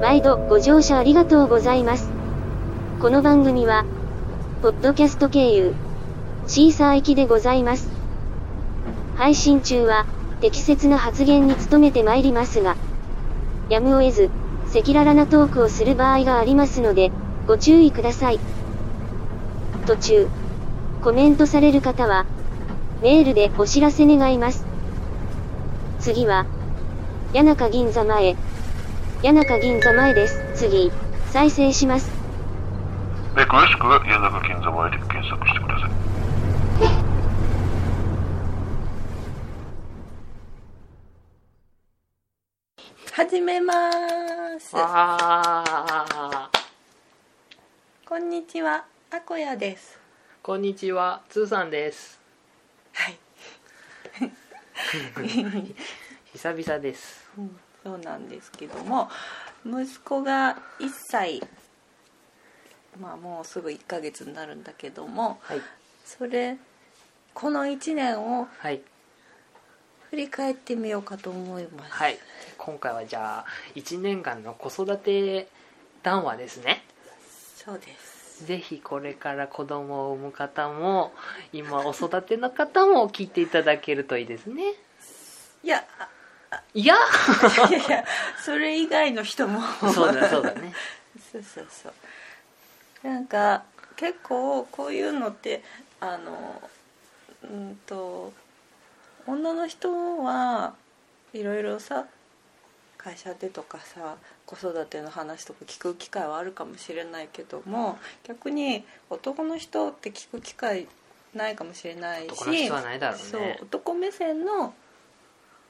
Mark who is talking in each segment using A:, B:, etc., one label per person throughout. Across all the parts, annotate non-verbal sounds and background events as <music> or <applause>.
A: 毎度ご乗車ありがとうございます。この番組は、ポッドキャスト経由、シーサー行きでございます。配信中は、適切な発言に努めてまいりますが、やむを得ず、赤裸々なトークをする場合がありますので、ご注意ください。途中、コメントされる方は、メールでお知らせ願います。次は、谷中銀座前。谷中銀座前です。次、再生します。
B: で、詳しくは、谷中金座前で検索してください。
C: 始めます。
D: わー
C: こんにちは、あこやです。
D: こんにちはつーさんです
C: はい。
D: 久々です
C: うんそうなんですけども、息子が1歳、まあもうすぐ1ヶ月になるんだけども、
D: はい
C: それ、この1年を
D: はい
C: 振り返ってみようかと思います。
D: はい今回はじゃあ1年間の子育て談話ですね
C: そうです。
D: ぜひこれから子供を産む方も今お育ての方も聞いていただけるといいですね
C: いや、あ
D: いや
C: いやいや、それ以外の人も。
D: そうだそうだね
C: そうそうそうなんか結構こういうのってあのうんと女の人はいろいろさ会社でとかさ子育ての話とか聞く機会はあるかもしれないけども逆に男の人って聞く機会ないかもしれないし
D: 男の人はないだろう
C: そう
D: ね
C: 男目線の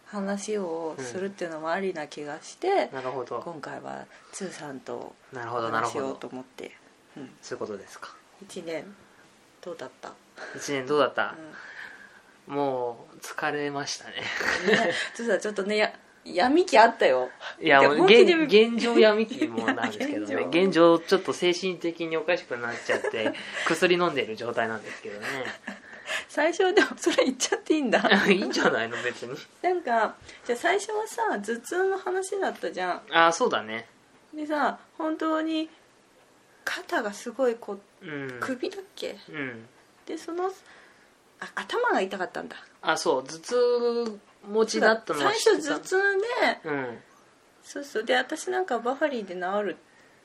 C: 話をするっていうのもありな気がして、
D: <laughs> なるほど
C: 今回はつーさんと
D: なる
C: お
D: ほどなる
C: 話し
D: ほ
C: よう
D: ど
C: と思って、うん、
D: そういうことですか
C: 1年どうだった、
D: 1年どうだっ
C: う
D: た
C: ん、
D: もう疲れましたね
C: ね <laughs> つーさんちょっとねや闇期あったよ
D: いや、
C: いや
D: もう
C: 本気
D: 現
C: で
D: 現状闇期もなんですけど
C: いや
D: ね
C: 現。状
D: 現状、ちょっと精神的におかしくなっちゃって、 <laughs> 薬飲んでる状態なんですけど <laughs> ね。
C: 最初はでもそれ言っちゃっていいんだ
D: <laughs> いいんじゃないの、別に。
C: なんかじゃあ最初はさ頭痛の話だったじゃ
D: ああ、そうだね。
C: んでさ本当に肩がすごいこう
D: うん。
C: 首だっけ、
D: うん。
C: でそのあ頭が痛かったんだ
D: あ、そう、頭痛持ちだったのは
C: 最
D: 知っ
C: 初
D: てた
C: 頭痛で
D: うん。
C: そうそうで私なんかバファリンで治る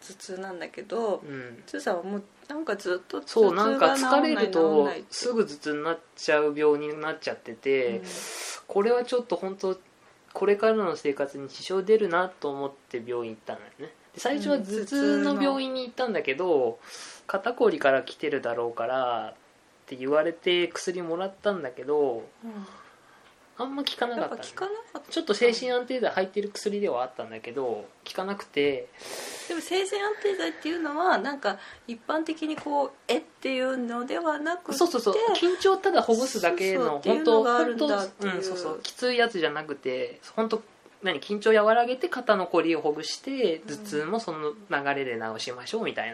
C: 頭痛なんだけど、
D: うん。
C: つーさんはもうなんかずっと頭痛
D: そう、なんか
C: が治
D: 疲
C: ん
D: れ
C: ない
D: る
C: 治ん
D: と
C: ないって、
D: すぐ頭痛になっちゃう病になっちゃってて、これはちょっと本当これからの生活に支障出るなと思って病院行ったのよねで最初は
C: うん
D: 頭
C: 頭
D: 痛
C: 痛
D: の
C: の
D: 病院に行ったんだけど肩こりから来てるだろうからって言われて薬もらったんだけど
C: うん
D: あんま効かな
C: や
D: か
C: っぱ
D: ったのね、
C: 効かなかった
D: ちょっと精神安定剤入ってる薬ではあったんだけど効かなくて
C: でも精神安定剤っていうのはなんか一般的にこうえっていうのではなくて
D: そうそうそう緊張ただほぐすだけ
C: そ
D: の
C: うそうっ
D: 本当
C: てい
D: 本
C: うのがあるんだ
D: 当
C: っていう
D: うんそうそうきついやつじゃなくて本当何緊張和らげて肩のこりをほぐして頭痛もその流れで治しましょうみたい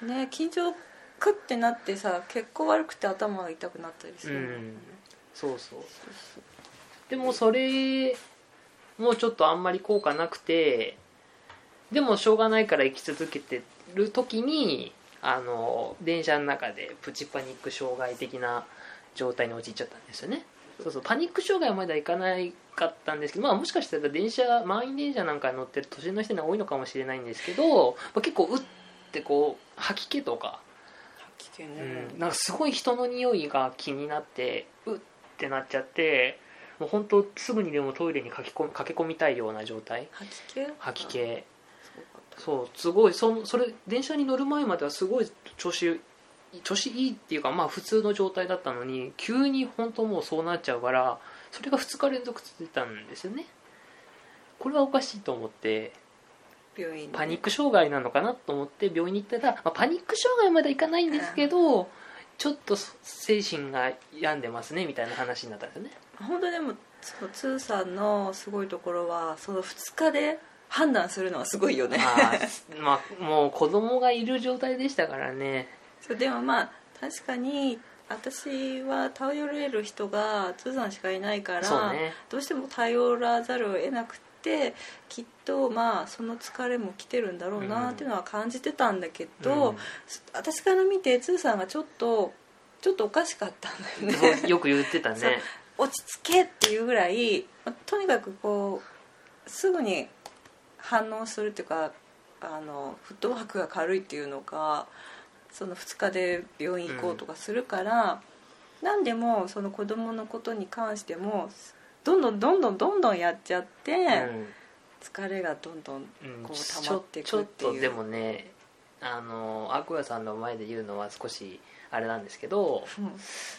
D: な、
C: ね緊張クッてなってさ結構悪くて頭が痛くなったりするの、
D: うんそうそうでもそれもちょっとあんまり効果なくてでもしょうがないから生き続けてる時にあの電車の中でプチパニック障害的な状態に陥っちゃったんですよねそうそうパニック障害はまだいかないかったんですけど、まあ、もしかしたら電車満員電車なんかに乗ってる年の人が多いのかもしれないんですけど、まあ、結構うってこう吐き気とか
C: きてね、
D: うん、なんかすごい人の匂いが気になってうってなっちゃってもう本当すぐにでもトイレに駆け込み駆け込みたいような状態
C: 吐き気
D: 吐き気
C: そうだった
D: そうすごいそそれ電車に乗る前まではすごい調子調子いいっていうかまあ普通の状態だったのに急に本当もうそうなっちゃうからそれが2日連続続いたんですよねこれはおかしいと思って
C: 病院に
D: パニック障害なのかなと思って病院に行ったら、まあ、パニック障害まではいかないんですけど、ちょっと精神が病んでますねみたいな話になったんです
C: <laughs>
D: よね
C: 本当でもそのつーさんのすごいところはその2日で判断するのはすごいよね
D: あ、まあ、もう子供がいる状態でしたからね
C: そうでもまあ確かに私は頼れる人が通さんしかいないから
D: そうね
C: どうしても頼らざるを得なくてきっとまあその疲れも来てるんだろうなっていうのは感じてたんだけど、
D: うん
C: 私から見て通さんがちょっとちょっとおかしかったんだよね
D: そうよく言って
C: <laughs>
D: た
C: そう
D: ね
C: 落ち着けっていうぐらい、まあとにかくこうすぐに反応するっていうかあのフットワークが軽いっていうのかその2日で病院行こうとかするから、何でもその子供のことに関してもどんどんどんどんどんどんやっちゃって、疲れがどんどん
D: うん
C: こう
D: ち
C: 溜ま
D: ょ
C: ってい
D: ちょ
C: くっ
D: って
C: いう
D: とでもねあのアクヤさんの前で言うのは少しあれなんですけど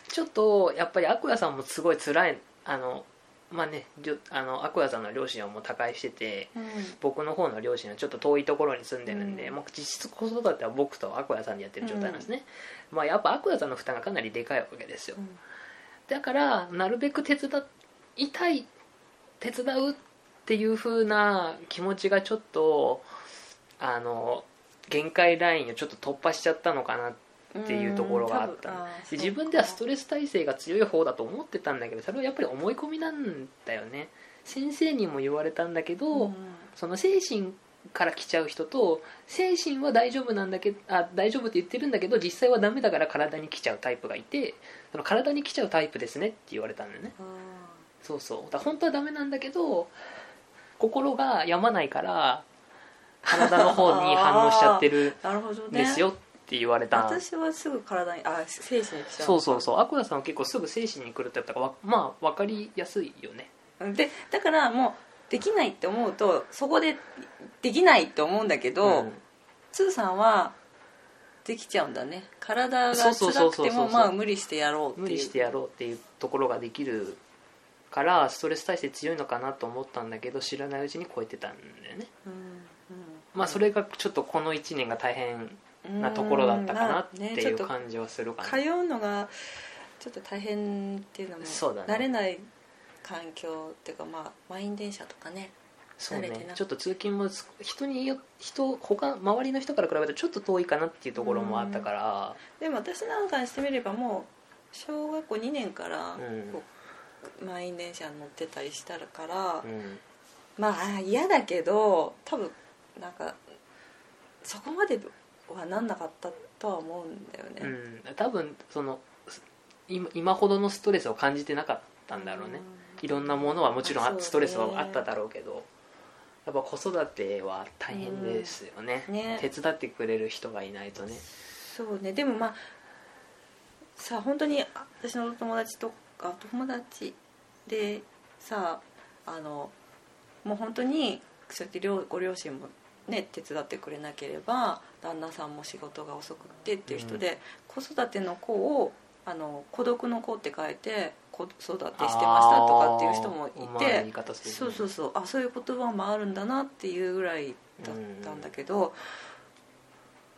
C: う
D: ちょっとやっぱりアクヤさんもすごい辛いあのまあねりょあのアクヤさんの両親はもう他界してて
C: ん
D: 僕の方の両親はちょっと遠いところに住んでるんで、
C: うん
D: もう実質子育ては僕とアクヤさんでやってる状態なんですね、まあやっぱアクヤさんの負担がかなりでかいわけですよ
C: うん
D: だからなるべく手伝いたい手伝うっていう風な気持ちがちょっとあの限界ラインをちょっと突破しちゃったのかなっていうところがあった
C: うん多分あー
D: で自分ではスト
C: レ
D: レス耐性が強い方だと思ってたんだけどそれはやっぱり思い込みなんだよね先生にも言われたんだけど、その精神から来ちゃう人と精神は大丈夫なんだけあ大丈夫って言ってるんだけど実際はダメだから体に来ちゃうタイプがいてその体に来ちゃうタイプですねって言われたんだよねそうそうだから本当はダメなんだけど心が病まないから体の方に反応しちゃってる
C: なるほど
D: ん
C: ね
D: ですよって言われた、
C: 私はすぐ体にあ精神に来ちゃう
D: そうそうそうアクアさんは結構すぐ精神に来るってやったからわまあ分かりやすいよね
C: でだからもうできないって思うとそこでできないって思うんだけど、
D: うん
C: つーさんはできちゃうんだね体が
D: そうそ
C: 辛
D: う
C: く
D: そう
C: て
D: そう
C: もまあ無理してやろうっ
D: 無
C: ていう
D: 理してやろうっていうところができるからストレス耐性強いのかなと思ったんだけど知らないうちに超えてたんだよね
C: うん、うん
D: まあそれがちょっとこの1年が大変なところだったかなってい
C: ん
D: う
C: まあね
D: 感じはするか
C: ちょっと
D: な、
C: 通うのがちょっと大変っていうのも
D: そうだね
C: 慣れない環境っていうかまあ満員電車とかね
D: そう
C: 慣れて
D: ね
C: な
D: ちょっと通勤も人によ人他周りの人から比べるとちょっと遠いかなっていうところもあったから
C: でも私なんかにしてみればもう小学校2年から
D: うん
C: こう満員電車に乗ってたりしたから、
D: うん
C: まあ嫌だけど多分なんかそこまではなんなかったとは思うんだよ
D: う
C: ね、
D: ん多分そのす今今ほどのストレスを感じてなかったんだろうねいろんなものはもちろん
C: そう
D: あ
C: ね
D: ストレスはあっただろうけどやっぱ子育ては大変ですよね,、
C: うんね
D: 手伝ってくれる人がいないとね
C: そうねでもまあさあ本当にあ私の友達とか友達でさああのもう本当にそうやって両ご両親もね手伝ってくれなければ旦那さんも仕事が遅くってっていう人で、子育ての子をあの孤独の子って書いて子育てしてましたとかっていう人も
D: あーう
C: い
D: まい
C: て
D: 言い方するね
C: そうそうそうあそういう言葉もあるんだなっていうぐらいだったんだけど、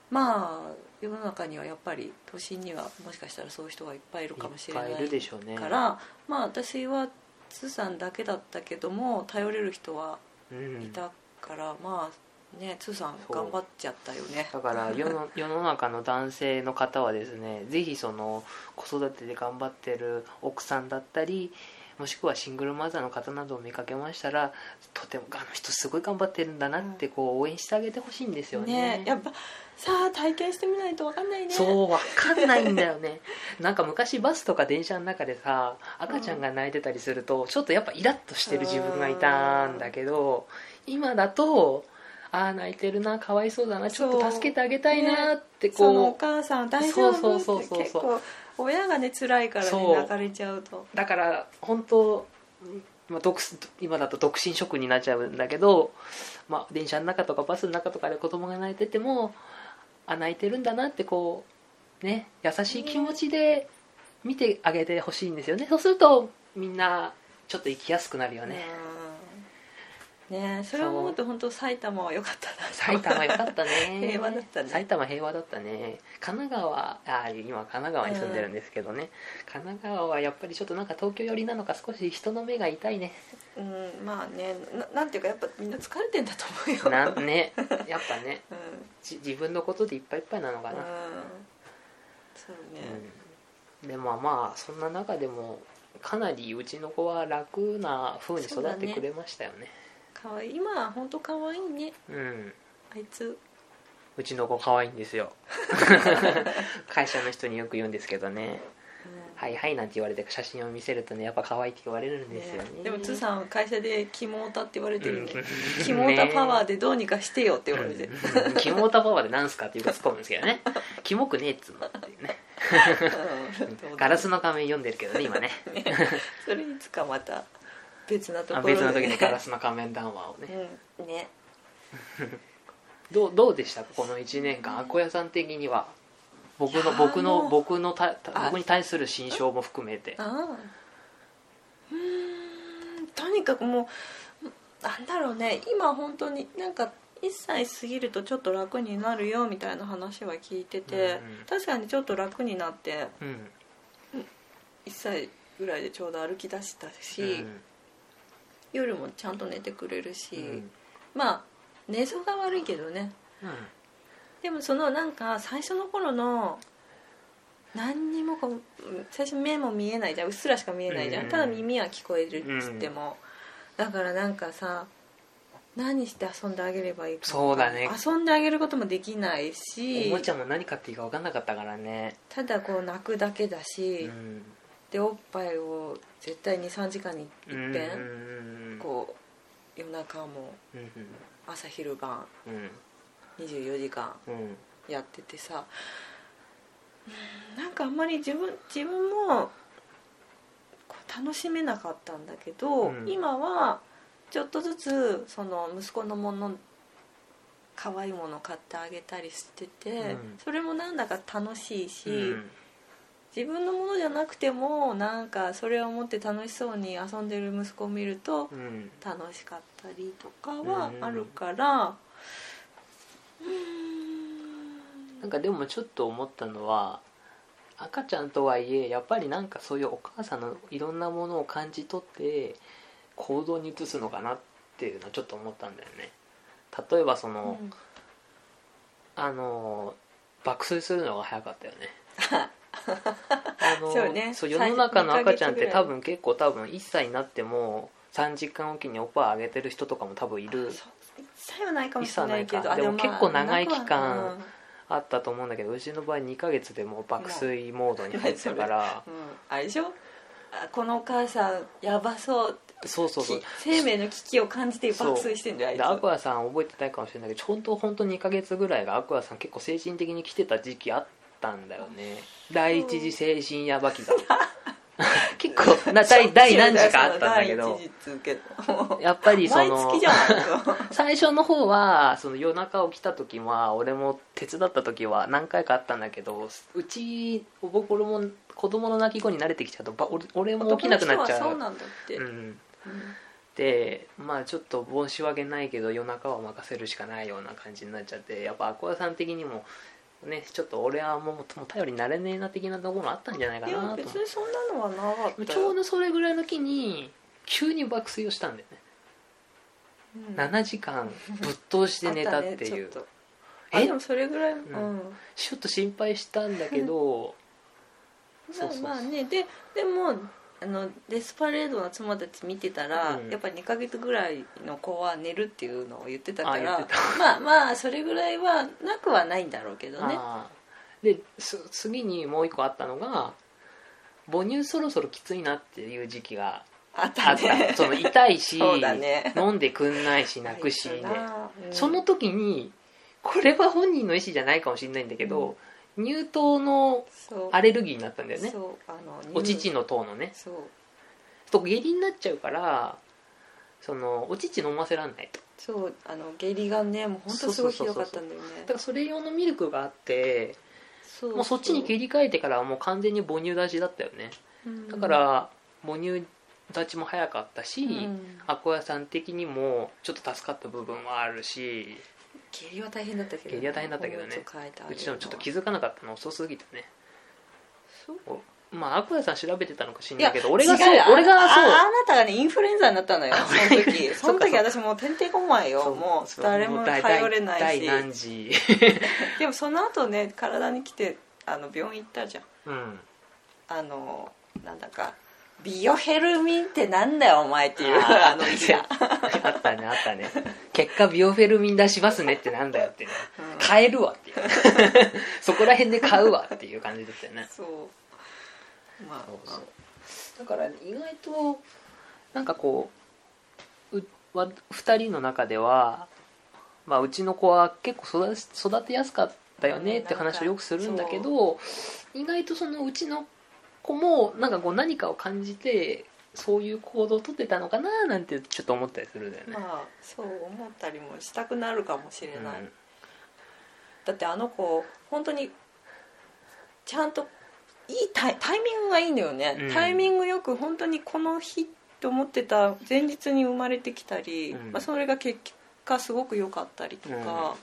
C: まあ世の中にはやっぱり都心にはもしかしたらそういう人がいっぱいいるかもしれない
D: っぱいいるでしょうね
C: から、まあ私は通さんだけだったけども頼れる人は
D: うん
C: いたから、まあね通さん
D: そう
C: 頑張っちゃったよね
D: だから
C: <laughs>
D: 世の世の中の男性の方はですねぜひその子育てで頑張ってる奥さんだったりもしくはシングルマザーの方などを見かけましたらとてもあの人すごい頑張ってるんだなってこう応援してあげてほしいんですよね
C: ねやっぱさあ体験してみないとわかんないね
D: そうわかんないんだよね
C: <laughs>
D: なんか昔バスとか電車の中でさ赤ちゃんが泣いてたりすると、ちょっとやっぱイラッとしてる自分がいたんだけど今だとああ泣いてるなかわいそうだなちょっ
C: そ
D: と
C: う
D: 助けてあげたいなって
C: そのお
D: こう
C: 母さん大丈夫って
D: そうそうそうそう
C: 結構親がね辛いから
D: そ
C: ね
D: う
C: 泣かれちゃうと
D: だから本当まあ独今だと独身職になっちゃうんだけど、まあ、電車の中とかバスの中とかで子供が泣いててもあ泣いてるんだなってこうね優しい気持ちで見てあげてほしいんですよねそうするとみんなちょっと生きやすくなるよね、
C: うんねそれを思うと本当埼玉は良かったな
D: 埼玉よかったね
C: 平和だったね
D: 埼玉平和だったね神奈川あ今神奈川に住んでるんですけどね、神奈川はやっぱりちょっとなんか東京寄りなのか少し人の目が痛いね
C: <laughs> うんまあねななんていうかやっぱみんな疲れてんだと思うよ
D: <laughs> な
C: うん、うん
D: んねやっぱねじ自分のことでいっぱいいっぱいなのかな、
C: そうね
D: うん、でもまあそんな中でもかなりうちの子は楽な風に育ってくれましたよね
C: かわいい今は本当かわいいね
D: うん
C: あいつ
D: うちの子可愛いんですよ会社の人によく言うんですけどね「はいはい」なんて言われて写真を見せるとねやっぱ可愛いって言われるんですよね
C: でもつーさんは会社で「キモータ」って言われてるよね「キ
D: キ
C: モータパワー
D: で
C: でどうにかしてよ」って言われて
D: キモータパワーでなんすかっていうか突っ込むんですけどねキモくねえっつうのっていうね
C: うん
D: ガラスの仮面読んでるけどね今ね
C: それいつかまた別なと
D: あ
C: ころで
D: 別の時にガラスの仮面談話をね
C: <laughs> うんね
D: どうどうでしたかこの1年間あこやさん的には僕
C: いや
D: の
C: ー
D: 僕
C: も
D: の
C: う
D: 僕のたた
C: あ
D: 僕に対する心象も含めて
C: ああうーんとにかくもうなんだろうね今本当になんか1歳過ぎるとちょっと楽になるよみたいな話は聞いてて、
D: うん
C: 確かにちょっと楽になって
D: うん
C: 1歳ぐらいでちょうど歩き出したし、
D: うん
C: 夜もちゃんと寝てくれるし、
D: うん
C: まあ寝相が悪いけどね
D: うん
C: でもそのなんか最初の頃の何にもこううん最初目も見えないじゃんうっすらしか見えないじゃん、
D: うん
C: ただ耳は聞こえるっつっても、だからなんかさ何して遊んであげればいいか
D: そうだね
C: 遊んであげることもできない
D: お
C: し
D: もちゃも何買っていいか分かんなかったからね
C: ただこう泣くだけだ
D: う
C: し、
D: ん
C: でおっぱいを絶対23時間にいっぺ
D: うん
C: ん、
D: うん
C: こう夜中も
D: うん
C: 朝昼晩
D: うん
C: 24時間
D: うん
C: やっててさうんなんかあんまり自分自分もこう楽しめなかったんだけど、
D: うん
C: 今はちょっとずつその息子のもの可愛いもの買ってあげたりしてて、
D: うん
C: それもなんだか楽しいし、
D: うん
C: 自分のものじゃなくてもなんかそれを持って楽しそうに遊んでる息子を見ると
D: うん
C: 楽しかったりとかは
D: うん
C: あるから、
D: なんかでもちょっと思ったのは赤ちゃんとはいえやっぱりなんかそういうお母さんのいろんなものを感じ取って行動に移すのかなっていうのはちょっと思ったんだよね例えばその、
C: うん
D: あの爆睡するのが早かったよね
C: <laughs>
D: あの
C: そうね
D: 世の中の
C: 最初
D: 赤ちゃんって
C: 二ヶ月ぐら
D: 多
C: い
D: 分結構多分1歳になっても3時間おきにおっぱいあげてる人とかも多分いる
C: そう一切はないかもしれないけ
D: 一切
C: ど
D: はない
C: あ
D: かでも
C: まあ
D: 結構長い期
C: 長
D: 間
C: くは
D: あったと思うんだけどうちの場合2ヶ月でもう爆睡モードに入って
C: <laughs>
D: たから
C: うん、うんあれでしょあこのお母さんやばそう
D: そうそうそう
C: き生命の危機を感じて爆睡してんだよ
D: で
C: あ
D: ア
C: いつ
D: クアさん覚えてないかもしれないけど本当本当2ヶ月ぐらいがアクアさん結構精神的に来てた時期あったんだよね第一次精神ヤバ期が <laughs> 結構
C: <laughs>
D: な第第何時かあったんだけど
C: 第一次続けた
D: やっぱりそ
C: 毎
D: の
C: 月じゃない
D: 最初の方はその夜中起きた時は俺も手伝った時は何回かあったんだけどうち僕俺も子供の泣き声に慣れてきちゃうとば俺俺も起きなくなっちゃ
C: そううなんだって、
D: う
C: うん
D: んでまあちょっと申し訳ないけど夜中は任せるしかないような感じになっちゃってやっぱアコヤさん的にもねちょっと俺はもうもう頼りになれねえな的なところもあったんじゃないか
C: で
D: な
C: も
D: と
C: 別にそんなのはなかったよ
D: ちょうどそれぐらいの期に急に爆睡をしたんだよ
C: う
D: ね、
C: ん
D: 7時間ぶっ通して寝たっていう
C: あたねちょっとあ
D: え
C: でもそれぐらい、うん
D: んちょっと心配したんだけどそうそうそう
C: まあねででもあのデスパレードの妻たち見てたら、
D: うん
C: やっぱ2ヶ月ぐらいの子は寝るっていうのを言ってたか
D: あ
C: ら
D: 言ってた
C: まあまあそれぐらいはなくはないんだろうけ <laughs> どね
D: あーです次にもう一個あったのが母乳そろそろきついなっていう時期が
C: あった
D: あっ
C: ね
D: たその痛い
C: <laughs>
D: し
C: そうだね
D: 飲んでくんないし泣くしね
C: あったなうん
D: その時にこれは本人の意思じゃないかもしれないんだけど、乳糖の
C: そう
D: アレルギーになったんだよね
C: そうあの
D: お乳
C: の
D: の糖のね
C: そう
D: と下痢になっちゃうからそのお乳飲ませらんないと
C: そうあの下痢がねもう本当すごいひどかったんだよね
D: だからそれ用のミルクがあって
C: そう
D: もうそっちに切り替えてからはもう完全に母乳出しだったよね
C: うん
D: だから母乳立ちも早かったし、
C: うん
D: アコヤさん的にもちょっと助かった部分はあるし
C: 下痢は大変だったけどね
D: 下痢は大変だったけどね
C: おむつ替えてあげるのは
D: うちのちょっと気づかなかったの遅すぎてね
C: そう
D: まあアクアさん調べてたのかしん
C: い
D: な
C: や
D: いけど俺がそう
C: 違よ
D: 俺が
C: あ
D: そう
C: ああなたがねインフルエンザになったのよその時そ
D: <laughs> そっ
C: の
D: かそっ
C: 時
D: か
C: 私もうてんてこまいよ
D: そう
C: も
D: そう
C: 誰も
D: 大
C: 頼れない
D: 大
C: し <laughs>
D: 何時
C: でもその後ね体に来てあの病院行ったじゃん
D: うん
C: あのなんだか「ビオヘルミンってなんだよお前」っていうあ
D: あ
C: の意が
D: あったねあったね結果ビオフェルミン出しますねってなんだよってね買えるわっ
C: <laughs>
D: ていうそこら辺で買うわっていう感じだったよね
C: そうまあ
D: そうそうだから意外となんかこううわ2人の中では、まあ、うちの子は結構育て育てやすかったよねって話をよくするんだけど意外とそのうちの子もなんかこう何かを感じてそういう行動をとってたのかななんてちょっと思ったりするんだよね。
C: まあそう思ったりもしたくなるかもしれない、
D: うん
C: だってあの子本当にちゃんといいタイタイミングがいいんだよね、
D: うん
C: タイミングよく本当にこの日と思ってた前日に生まれてきたり、
D: うん
C: まあ、それが結果すごく良かったりとか、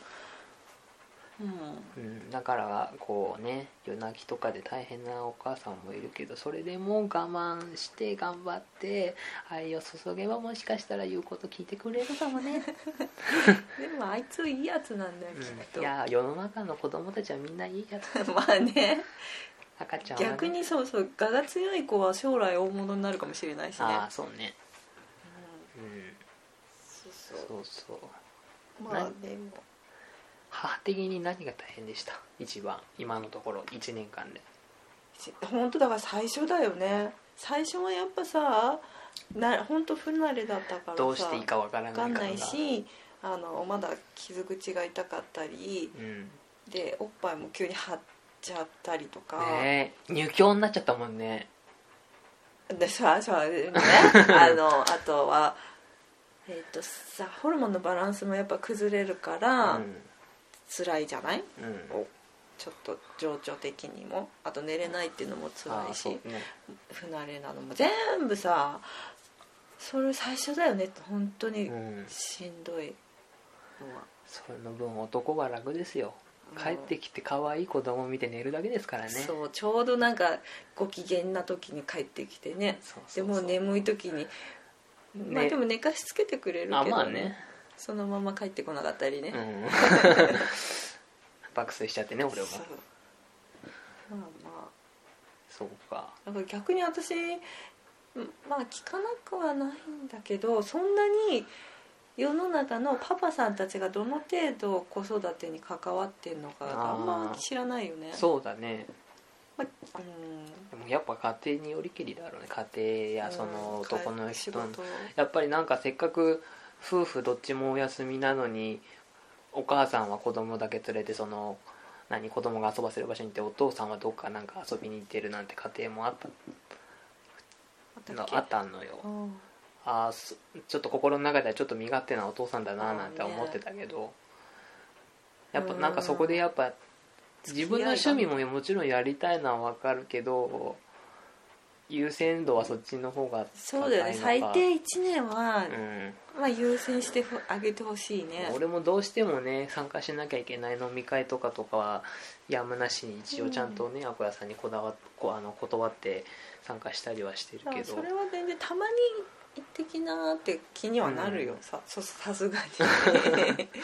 C: うん
D: うん、だからこうね夜泣きとかで大変なお母さんもいるけどそれでも我慢して頑張って愛を注げばもしかしたら言うこと聞いてくれるかもね、
C: でもあいついいやつなんだよ、きっ
D: うん、
C: と
D: いや世の中の子供たちはみんないいや
C: <laughs>
D: つ
C: まあね
D: 赤ちゃんは、ね、
C: 逆にそうそう我が強い子は将来大物になるかもしれないしね
D: ああそうね、
C: うん
D: うん、
C: そう
D: そ
C: そう
D: うそう
C: まあでも
D: 母的に何が大変でした一番今のところ1年間で
C: 本当だから最初だよね最初はやっぱさな本当不慣れだったからさ
D: どうしていいかわから
C: 分
D: な
C: か
D: い
C: ん
D: から
C: ないしあのまだ傷口が痛かったり
D: うん
C: でおっぱいも急に張っちゃったりとか、
D: ねえ入居になっちゃったもんね
C: でそうそう
D: <laughs>
C: でもねあのあとはえっ、とさホルモンのバランスもやっぱ崩れるから、辛いじゃない
D: うん、うん
C: おちょっと情緒的にもあと寝れないっていうのも辛
D: あ
C: い
D: あそう
C: し
D: ね
C: 不慣れなのも全部さそれ最初だよねって本当に
D: うん
C: しんどいのは、
D: その分男は楽ですよ帰ってきて可愛い子供見て寝るだけですからねう
C: そうちょうどなんかご機嫌な時に帰ってきてね
D: そうそ
C: で
D: う
C: もう眠い時に、まあでも寝かしつけてくれるけど、
D: あまあね
C: <laughs> そのまま帰ってこなかったりね、
D: うん <laughs> 爆睡しちゃってね俺も
C: そうまあまあ
D: そうか
C: だから逆に私んまあ聞かなくはないんだけどそんなに世の中のパパさんたちがどの程度子育てに関わってんのか
D: あー
C: あんま知らないよね
D: そうだね
C: まあうん
D: でもやっぱ家庭によりけりだろうね家庭やその男の人の
C: うん仕事
D: やっぱりなんかせっかく夫婦どっちもお休みなのにお母さんは子供だけ連れてその何子供が遊ばせる場所に行ってお父さんはどっかなんか遊びに行ってるなんて家庭もあった
C: だ
D: の
C: っけ
D: あったのよ
C: うん
D: あーすちょっと心の中ではちょっと身勝手なお父さんだななんて
C: あーね
D: 思ってたけど、やっぱなんかそこでやっぱ自分の趣味ももちろんやりたいのは分かるけど優先度はそっちの方が
C: そうだよね
D: 高い
C: 最
D: のか
C: 低1年は、
D: うん
C: まあ、優先してほあげてほしいね
D: 俺もどうしてもね参加しなきゃいけない飲み会とかとかはやむなしに一応ちゃんとね、アコヤさんにこだわこあの断って参加したりはしてる
C: だか
D: け
C: ら
D: ど
C: それは全然たまに行ってきなーって気にはなるよ、
D: うん
C: さそさす
D: <laughs>
C: がに <laughs>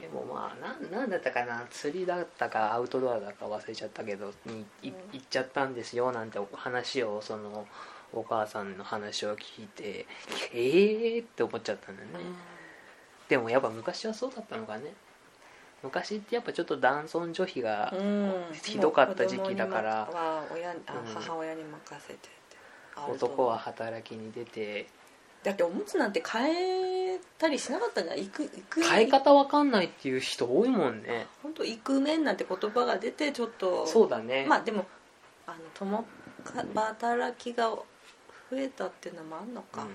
D: でもまあなんなんだったかな釣りだったかアウトドアだか忘れちゃったけどにい
C: うん
D: 行っちゃったんですよなんてお話をそのお母さんの話を聞いてええー、って思っちゃったんだよね、でもやっぱ昔はそうだったのかね昔ってやっぱちょっと男尊女卑が
C: うん
D: ひどかった時期だか
C: も
D: ら
C: う子供には親にあ
D: うん
C: 母親に任せてってあると
D: 男は働きに出て
C: だっておむつなんて変えたりしなかったんじゃない行く行く
D: 買い方わかんないっていう人多いもんね
C: 本当行く面なんて言葉が出てちょっと
D: そうだね、
C: まあでもあの共働きが増えたっていうのもあんのか、
D: う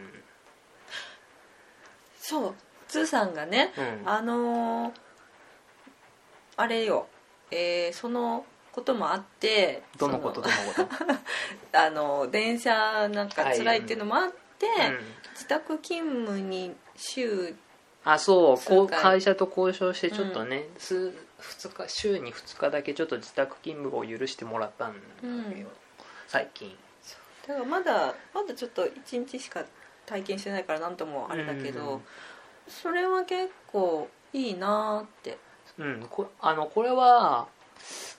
C: そうつーさんがね
D: ん、うん、
C: あのーあれよ、えーそのこともあって
D: どのこと
C: そ
D: ど
C: の
D: のこと、
C: あの電車なんか辛いっていうのもあって、
D: うん、
C: 自宅勤務に週
D: あそうこ
C: 数
D: う
C: 回
D: 会社と交渉してちょっとね、数2日週に2日だけちょっと自宅勤務を許してもらったんだけど、
C: うん
D: 最近
C: だからまだまだちょっと1日しか体験してないからなんともあれだけど、
D: うん
C: それは結構いいなーって
D: うんこあのこれは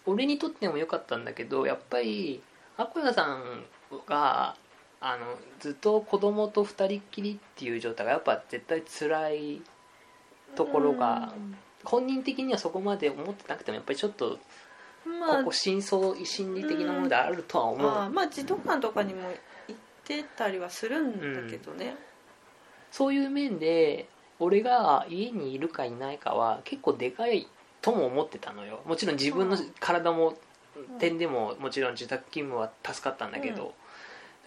D: 俺にとっても良かったんだけどやっぱりアコヤさんがあのずっと子供と二人っきりっていう状態がやっぱ絶対辛いところが本人的にはそこまで思ってなくてもやっぱりちょっと
C: うんま
D: こ
C: あ
D: こ真相心理的なものであるとは思う、
C: あーまあ児童館とかにも行ってたりはするんだけどね、
D: そういう面で俺が家にいるかいないかは結構でかいとも思ってたのよもちろん自分の
C: うん
D: 体も
C: うん
D: 点でももちろん自宅勤務は助かったんだけど、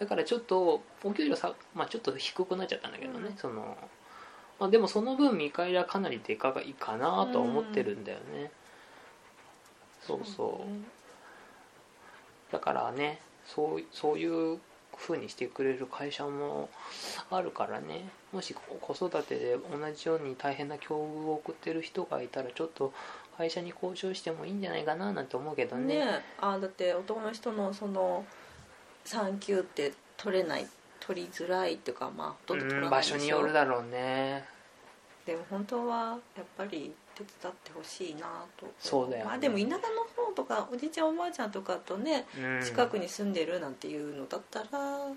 C: う
D: だからちょっとお給料さ、まあ、ちょっと低くなっちゃったんだけどね、
C: うん
D: そのまあ、でもその分見返りはかなりでかいかなとは思ってるんだよね、そうそう、だからねそうそういう風にしてくれる会社もあるからねもし子子育てで同じように大変な境遇を送ってる人がいたらちょっと会社に交渉してもいいんじゃないかななんて思うけど
C: ね
D: ね
C: あーだって男の人のその産休って取れない取りづらいっていうかまあほとんど取ら
D: うん
C: ない
D: 場
C: でしょ
D: 所によるだろうね
C: でも本当はやっぱり手伝ってほしいなと
D: そうだよね
C: まあでも田舎の方とかおじいちゃんおばあちゃんとかとね
D: うん
C: 近くに住んでるなんていうのだったら、もう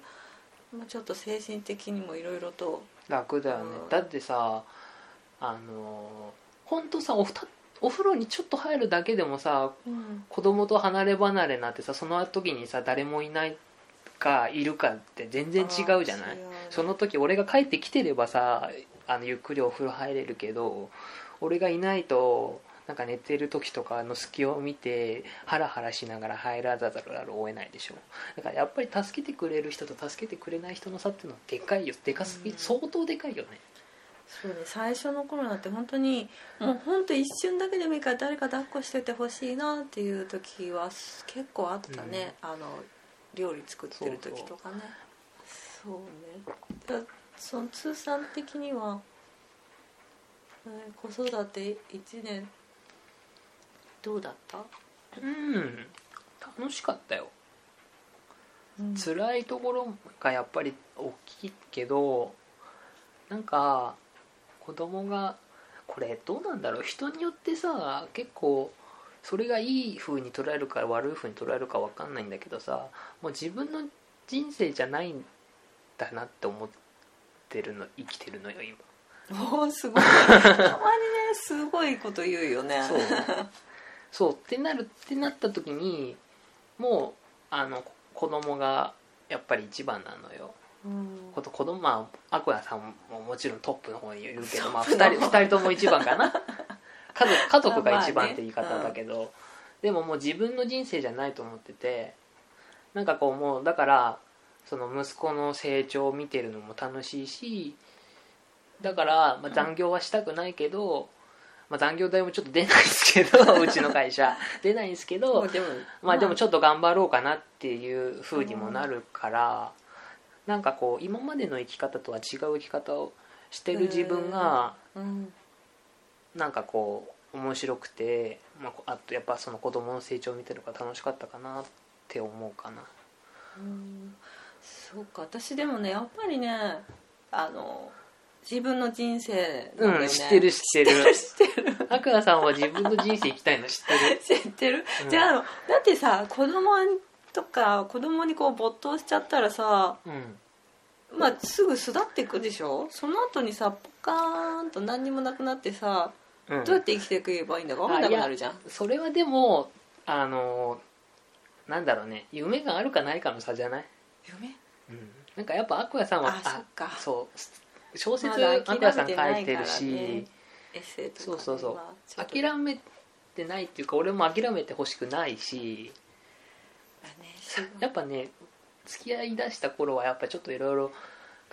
C: ちょっと精神的にもいろいろと
D: 楽だよね
C: うん
D: だってさあの本当さおふたお風呂にちょっと入るだけでもさ
C: うん
D: 子供と離れ離れになってさその時にさ誰もいないかいるかって全然違うじゃ
C: あ
D: ない
C: ー違う
D: その時俺が帰ってきてればさあのゆっくりお風呂入れるけど俺がいないとなんか寝てる時とかの隙を見てハラハラしながら入らざるを得ないでしょだからやっぱり助けてくれる人と助けてくれない人の差っていうのはでかいよでかすぎ
C: うん
D: 相当でかいよね
C: そうね最初の頃なんて本当にもう本当一瞬だけでもいいから誰か抱っこしててほしいなっていう時は結構あったね、あの料理作ってる時とかねそうねだその通算的には、えー子育て1年どうだった、
D: うん楽しかったよ
C: うん
D: 辛いところがやっぱり大きいけどなんか子供がこれどうなんだろう人によってさ結構それがいい風に捉えるか悪い風に捉えるか分かんないんだけどさもう自分の人生じゃないんだなって思ってるの生きてるのよ今
C: おーすごいたまにねすごいこと言うよね
D: <laughs> そうそうってなるってなった時にもうあの子供がやっぱり一番なのよ
C: うん
D: こと子供まあアコヤさんももちろんトップの方にいるけど、まあ、
C: トップ
D: 2
C: の
D: 人二人とも一
C: <laughs>
D: 番かな家族家族が一
C: まあ
D: 番
C: ね
D: って言い方だけど、でももう自分の人生じゃないと思っててなんかこうもうだからその息子の成長を見てるのも楽しいしだから、まあ、残業はしたくないけど、まあ、残業代もちょっと出ないですけどうちの
C: <laughs>
D: 会社出ないんですけど
C: もうでも
D: まあでもち
C: ょっ
D: ょっと頑張ろうかなっていう風にもなるから、なんかこう今までの生き方とは違う生き方をしてる自分が
C: と、うん
D: なんかこう面白くて、まあこ、あとやっぱその子供の成長を見てるのが楽しかったかなって思うかな
C: うんそうか私でもねやっぱりねあの自分の人生なんだよ
D: う
C: ね
D: ん知ってる知ってる
C: 知ってる
D: <laughs> アクアさんは自分の人生生きたいの知ってる
C: 知ってる、
D: うん
C: じゃあのだってさ子供とか子供にこう没頭しちゃったらさ、
D: うん
C: まあ、すぐ巣立っていくでしょその後にさポカーンと何にもなくなってさ
D: うん
C: どうやって生きていけばいいんだか分かんなくなるじゃん
D: それはでもあのなんだろうね夢があるかないかの差じゃない、
C: 夢
D: うん、なんかやっぱアクアさんは
C: あそっか
D: そう小説
C: まだ諦めて
D: アクアさん書
C: ない
D: いてる
C: からね
D: し
C: エッセイとか
D: そうそうそう
C: ちょっと
D: 諦めてないっていうか俺も諦めてほしくないし
C: まあねすごい
D: やっぱね付き合いだした頃はやっぱちょっといろいろ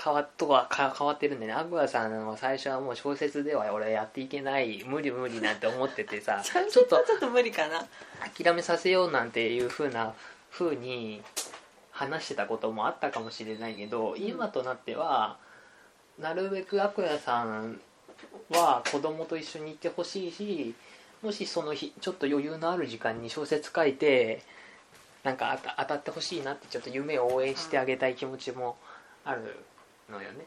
D: 変わっとはか変わってるんでねアクアさんは最初はもう小説では俺やっていけない無理無理なんて思って
C: <laughs>
D: てさ
C: ちょっ
D: ちょっと
C: とちょっと無理かな
D: 諦めさせようなんていう風な風に話してたこともあったかもしれないけど今となってはなるべくアクヤさんは子供と一緒にいてほしいしもしその日ちょっと余裕のある時間に小説書いてなんかあた当たってほしいなってちょっと夢を応援してあげたい気持ちもあるのよね。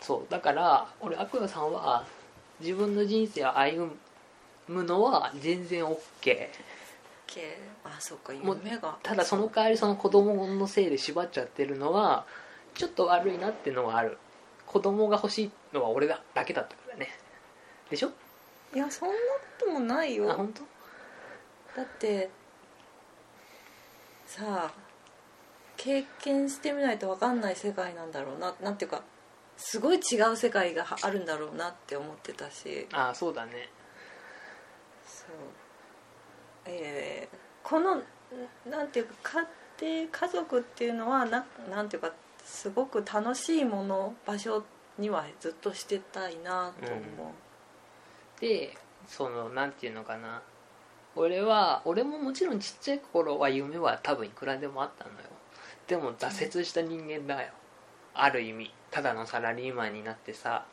D: そうだから俺アクヤさんは自分の人生を歩むのは全然 OK
C: けあそっか
D: も
C: 今
D: う
C: 目が
D: ただその代わりその子供のせいで縛っちゃってるのはちょっと悪いなってのはある子供が欲しいのは俺だだけだったからねでしょ
C: いやそんなこともない
D: あ
C: よ
D: 本当
C: だってさあ経験してみないと分かんない世界なんだろうななんていうかすごい違う世界があるんだろうなって思ってたし
D: あそうだね
C: そうえーこのなんていうか家庭家族っていうのはななんていうかすごく楽しいもの場所にはずっとしてたいなと思う、
D: でそのなんていうのかな俺は俺ももちろんちっちゃい頃は夢は多分いくらでもあったのよでも挫折した人間だよある意味ただのサラリーマンになってさ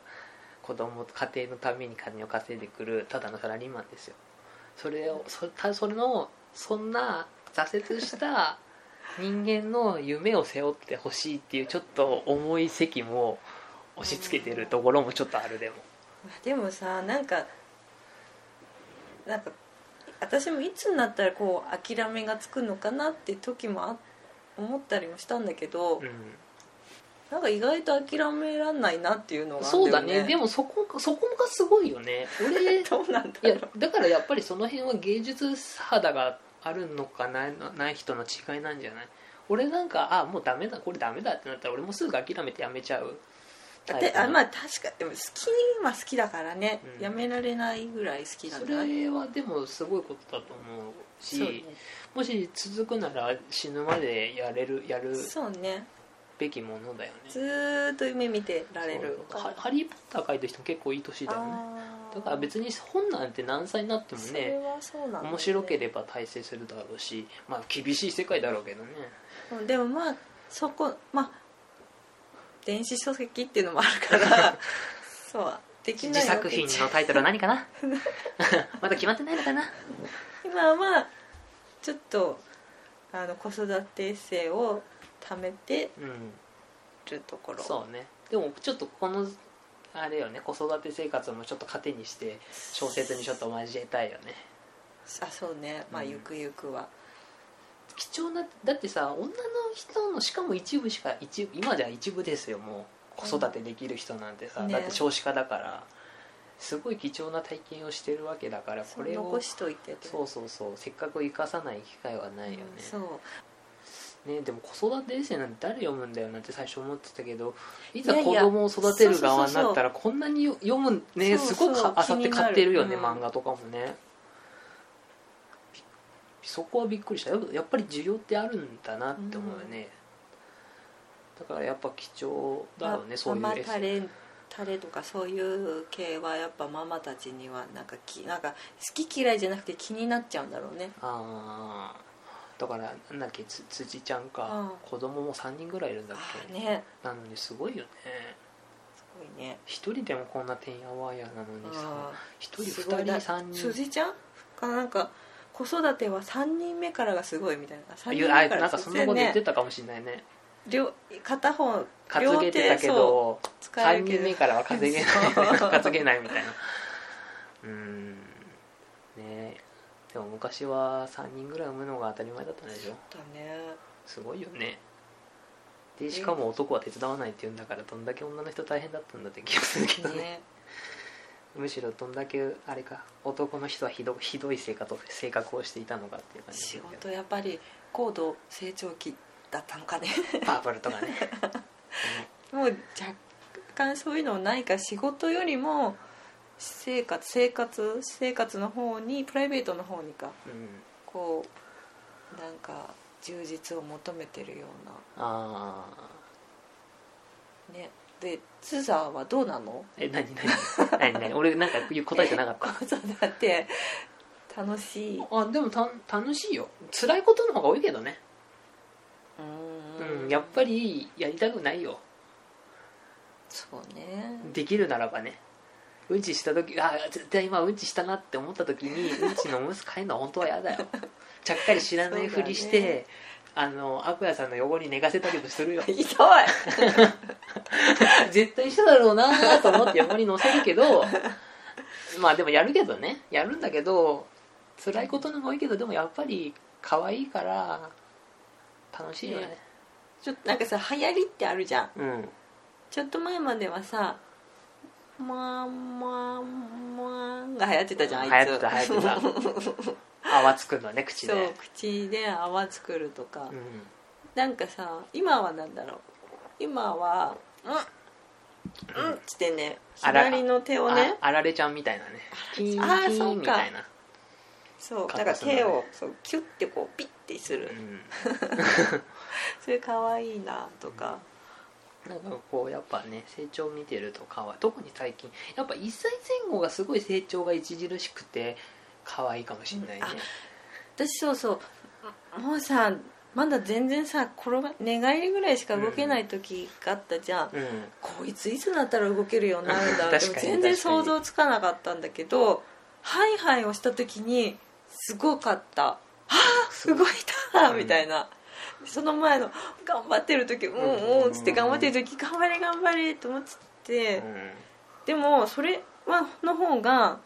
D: 子供と家庭のために金を稼いでくるただのサラリーマンですよそれをそたそれのそんな挫折した人間の夢を背負ってほしいっていうちょっと重い責務を押し付けてるところもちょっとあるでも
C: まあでもさなんかなんか私もいつになったらこう諦めがつくのかなって時もあ思ったりもしたんだけど、
D: うん
C: なんか意外と諦めらんないなっていうのがある
D: そ
C: ん
D: うだねで
C: も
D: もそこそこがすごいよね
C: <laughs>
D: 俺い
C: どうなんだろ
D: や
C: う
D: だからやっぱりその辺は芸術肌があるのかないない人の違いなんじゃない俺なんかあもうダメだこれダメだってなったら俺もすぐ諦めてやめちゃう
C: だっ
D: タイ
C: て
D: プな
C: あ
D: の
C: まあ確かでも好きは好きだからね、
D: うん
C: やめられないぐらい好きな
D: そ
C: んだね
D: れはでもすごいことだと思うし
C: そうね
D: もし続くなら死ぬまでやれるやる
C: そうね
D: べきものだよね
C: ずーっと夢見てられる
D: そうハハリー・ポッター書いた人も結構いい年だよね
C: あー
D: だから別に本なんて何歳になってもね
C: それはそうなんだよね
D: 面白ければ大成するだろうし、まあ、厳しい世界だろうけどね
C: うんでもまあそこまあ電子書籍っていうのもあるから
D: <laughs>
C: そうでき
D: 自
C: ないわ
D: 作
C: け
D: 品のタイトルは何かな <laughs> まだ決まってないのかな
C: 今はちょっとあの子育て生を貯めて
D: うん
C: るところ
D: そうねでもちょっとこのあれよね子育て生活もちょっと糧にして小説にちょっと交えたいよね
C: あそうねまあ
D: うん
C: ゆくゆくは、
D: 貴重なだってさ女の人のしかも一部しか一部今じゃ一部ですよもう子育てできる人なんてさ、
C: ね
D: だって少子化だからすごい貴重な体験をしてるわけだからこれを
C: 残しといてと
D: そうそうそうせっかく生かさない機会はないよね,、
C: そう
D: ねでも子育てエッセイなんて誰読むんだよなんて最初思ってたけどい
C: い
D: ざ
C: やい
D: 子
C: や
D: 供を育てる側になったらこんなに読むね
C: そうそう
D: すごくあさっ
C: 気
D: て
C: になる
D: 買ってるよね、
C: うん
D: 漫画とかもねびそこはびっくりしたやっぱやっぱり需要ってあるんだなって思うよね、だからやっぱ貴重だろうねそういう
C: ママ
D: エッ
C: タ
D: セイ
C: レタレとかそういう系はやっぱママたちにはなんかきなんか好き嫌いじゃなくて気になっちゃうんだろうね
D: ああだからなんだっけつ辻ちゃん
C: うん
D: か、子供も3人ぐらいいるんだっ
C: ああ
D: け、
C: ね
D: なのにすごいよね
C: すごいね
D: 一人でもこんなてんやわんやなのにさ
C: あ
D: 一人
C: すごい
D: 二人
C: な
D: 三
C: ー
D: 人
C: 辻ちゃんかなんか子育ては3人目からがすごいみたいな3
D: あい
C: 人
D: やあ
C: 目
D: い
C: か
D: つなん
C: ら
D: かそんなこと言
C: ね
D: ってたかもしれないね
C: 両片方
D: 担
C: 両
D: げ
C: 手
D: てたけ
C: そう
D: ど
C: 使え
D: 3
C: るけ
D: 人
C: ど
D: 目からは稼げない
C: そう
D: 担げないみたいなうーんねえでも昔は3人ぐらい産むのが当たり前だったんでしょ
C: だね
D: すごいよねでしかも男は手伝わないって言うんだからどんだけ女の人大変だったんだって気がするけどね
C: ね
D: むしろどんだけあれか男の人はひどひどい性格と性格をしていたのかっていう感じ
C: 仕事やっぱり高度成長期だったのかね <laughs>
D: パープルとかね
C: もう若干そういうのないから仕事よりも私生活生活生活の方にプライベートの方にか
D: うん、うん
C: こうなんか充実を求めてるような
D: あ <laughs> あ
C: ねでツザーはどうなの
D: え何何何何俺なんか言う答えてなかっ
C: 子育て楽しい
D: たあでもた楽しいよ辛いことの方が多いけどねうん、やっぱりやりたくないよ
C: そうね
D: できるならばねうんちした時あ絶対今うんちしたなって思った
C: <laughs>
D: 時にうんちのおむつ変えるのは本当は嫌だよちゃっかり知らないふりし
C: そうだ
D: て、あのアクヤさんの横に寝かせたりもするよ <laughs>
C: ひどい
D: 絶対しただろうなと思って横に乗せるけどまあでもやるけどねやるんだけど辛いことのも多いけどでもやっぱり可愛いから楽しいよね
C: ちょっとなんかさ流行りってあるじゃん
D: うん
C: ちょっと前まではさ「まんまんまん」が流行ってたじゃんあいつ
D: 流行ってた流行
C: <laughs>
D: 泡作るのね口で
C: そう口で泡作るとか、
D: うん
C: なんかさ今はなんだろう今は「うんうん」っつってね
D: あら
C: 左の手を
D: あ
C: ね
D: あられちゃんみたいなねピーン
C: あー
D: ピ
C: そう
D: ーン
C: か
D: みたいな
C: そう
D: カ
C: だ
D: ッ
C: から
D: トするんだ
C: 手
D: ね
C: をそうキュッてこうピッてする、
D: うん
C: それかわいいなとか、
D: なんかこうやっぱね成長を見てるとかは特に最近やっぱ1歳前後がすごい成長が著しくて可愛いかもしんないね
C: あ私そうそうもうさまだ全然さ転が寝返りぐらいしか動けない時があったじゃん、
D: うん
C: こいついつになったら動けるようになるんだ
D: 確か
C: で
D: に
C: も全然想像つかなかったんだけどハイハイをした時にすごかった
D: す
C: 動い
D: ごい
C: た
D: うん
C: みたいな、その前の頑張ってる時うんうんっつって頑張ってる時頑張れ頑張れと思ってて、
D: うん
C: でもそれはの方が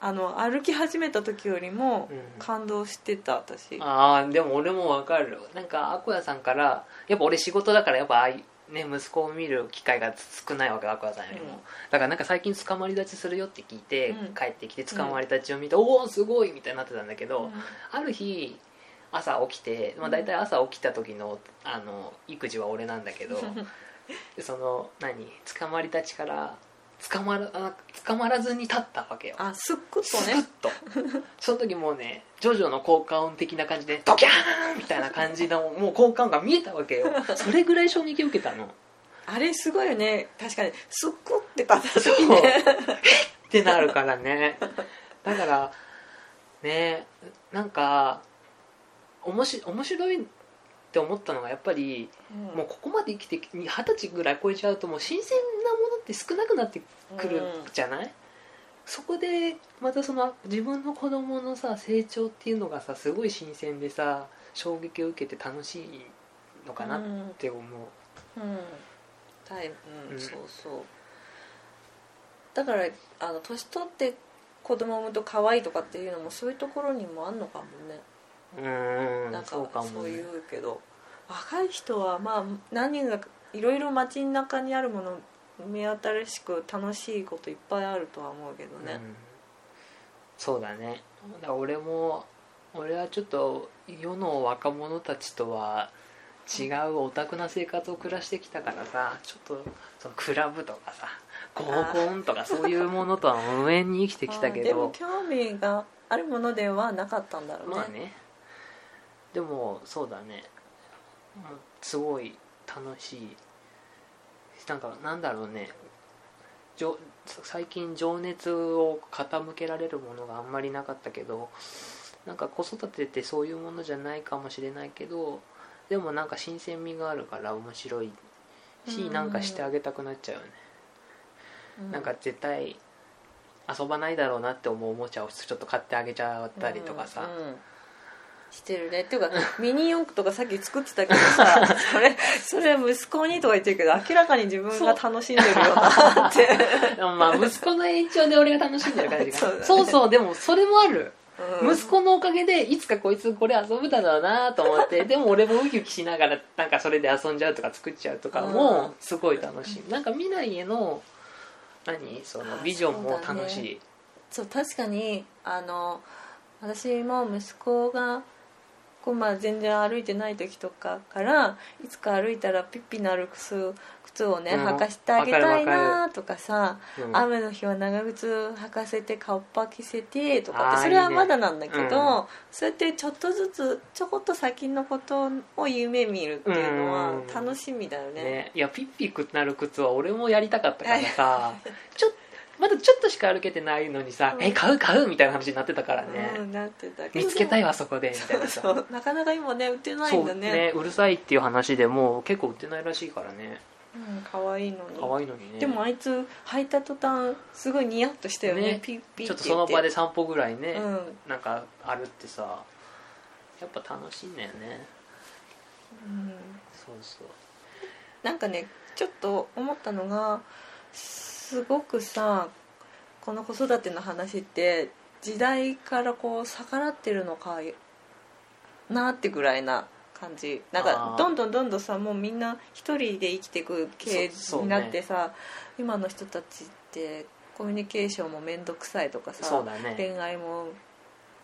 C: あの歩き始めた時よりも
D: うん
C: 感動してた私、
D: ああでも俺もわかるなんかアコヤさんからやっぱ俺仕事だからやっぱああいうね息子を見る機会が少ないわけアコヤさんよりも、
C: うん
D: だからなんか最近捕まり立ちするよって聞いて、
C: うん
D: 帰ってきて捕まり立ちを見て、おおすごいみたいになってたんだけど、ある日朝起きて、まあ、大体朝起きた時のあの育児は俺なんだけ
C: <laughs>
D: どその何捕まり立ちから捕まらあ捕まらずに立ったわけよ
C: あすっご
D: ス
C: と
D: クッ
C: ね
D: と
C: <laughs>
D: その時もうねジョジョの効果音的な感じでドキャーンみたいな感じのもう効果音が見えたわ
C: <laughs>
D: けよそれぐらい衝撃を受けたのっ
C: あれすごいよね確かにすっごってた時
D: そう
C: ね
D: てなるからねだからねなんかおもし面白いって思ったのがやっぱり
C: うん
D: もうここまで生きてき二十歳ぐらい超えちゃうともう新鮮なものって少なくなってくるじゃない、そこでまたその自分の子供のさ成長っていうのがさすごい新鮮でさ衝撃を受けて楽しいのかな
C: う
D: っ
C: ん
D: て思
C: う
D: う、
C: んタイプうん、
D: うん
C: そうそうだからあの年取って子供を産むと可愛いとかっていうのもそういうところにもあんのかもね、
D: うーん
C: なんか
D: そうかも
C: そう
D: ね
C: 言うけど若い人はまあ何がいろいろ街の中にあるもの目新しく楽しいこといっぱいあるとは思うけど
D: う
C: ね
D: ん、そうだねだから俺も俺はちょっと世の若者たちとは違うオタクな生活を暮らしてきたからさちょっとそのクラブとかさ合コンとかそういうものとは無縁に生きてきたけ
C: あーでも
D: ど
C: 興味があるものではなかったんだろうね,、
D: まあねでもそうだねうんすごい楽しいなんかなんだろうねじょ最近情熱を傾けられるものがあんまりなかったけどなんか子育てってそういうものじゃないかもしれないけどでもなんか新鮮味があるから面白いし
C: うん
D: なんかしてあげたくなっちゃうよね
C: う
D: なんか絶対遊ばないだろうなって思うおもちゃをちょっと買ってあげちゃったりとかさ、
C: うんうんしてるねっていうかミニ四駆とかさっき作ってたけどさ
D: <laughs>
C: それそれ息子にとか言ってるけど明らかに自分が楽しんでるよなって
D: <laughs> まあ息子の延長で俺が楽しんでる感じが
C: そ
D: そうう,、
C: だね
D: そうでもそれもある、
C: うん
D: 息子のおかげでいつかこいつこれ遊ぶだろうなと思って
C: <laughs>
D: でも俺もウキウキしながらなんかそれで遊んじゃうとか作っちゃうとか
C: う
D: も
C: ん
D: すごい楽しい、なんか未来への何その
C: あ
D: ビジョン
C: そ
D: も
C: うだね
D: 楽しい
C: そう確かにあの私も息子がこう、まあ、全然歩いてない時とかからいつか歩いたらピッピの歩く靴靴をね
D: うん
C: 履かしてあげたい
D: わかるわ
C: なとかさ
D: うん
C: 雨の日は長靴履かせて顔っぱ着せてとかっ
D: あ
C: て
D: ー
C: それはい
D: いね
C: まだなんだけど
D: うん
C: そうやってちょっとずつちょこっと先のことを夢見るっていうのは
D: うん
C: 楽しみだよね
D: ねいやピッピくなる靴は俺もやりたかったからさちょっまだちょっとしか歩けてないのにさ「
C: うん
D: え買う買う」みたいな話になってたからね、
C: うん、なんて言った
D: 見つけたい
C: わ
D: わそこでみたいなさ
C: そうなかなか今ね売ってないんだね
D: うるさいっていう話でもう結構売ってないらしいからね
C: うん、可愛いのに
D: 可愛いのにね
C: でもあいつ履いた途端すごいニヤッとしたよね
D: ね
C: ピッピッて言って
D: ちょっとその場で散歩ぐらいね、
C: うん、
D: なんかあるってさやっぱ楽しいんだよね
C: うん、
D: そうそう
C: なんかねちょっと思ったのがすごくさこの子育ての話って時代からこう逆らってるのかなってぐらいな感じなん
D: あ
C: か
D: ー
C: どんどんどんどんさもうみんな一人で生きていく系
D: そそう
C: に
D: ね
C: なってさ、今の人たちってコミュニケーションも面倒くさいとか
D: そう
C: さ、
D: だね
C: 恋愛も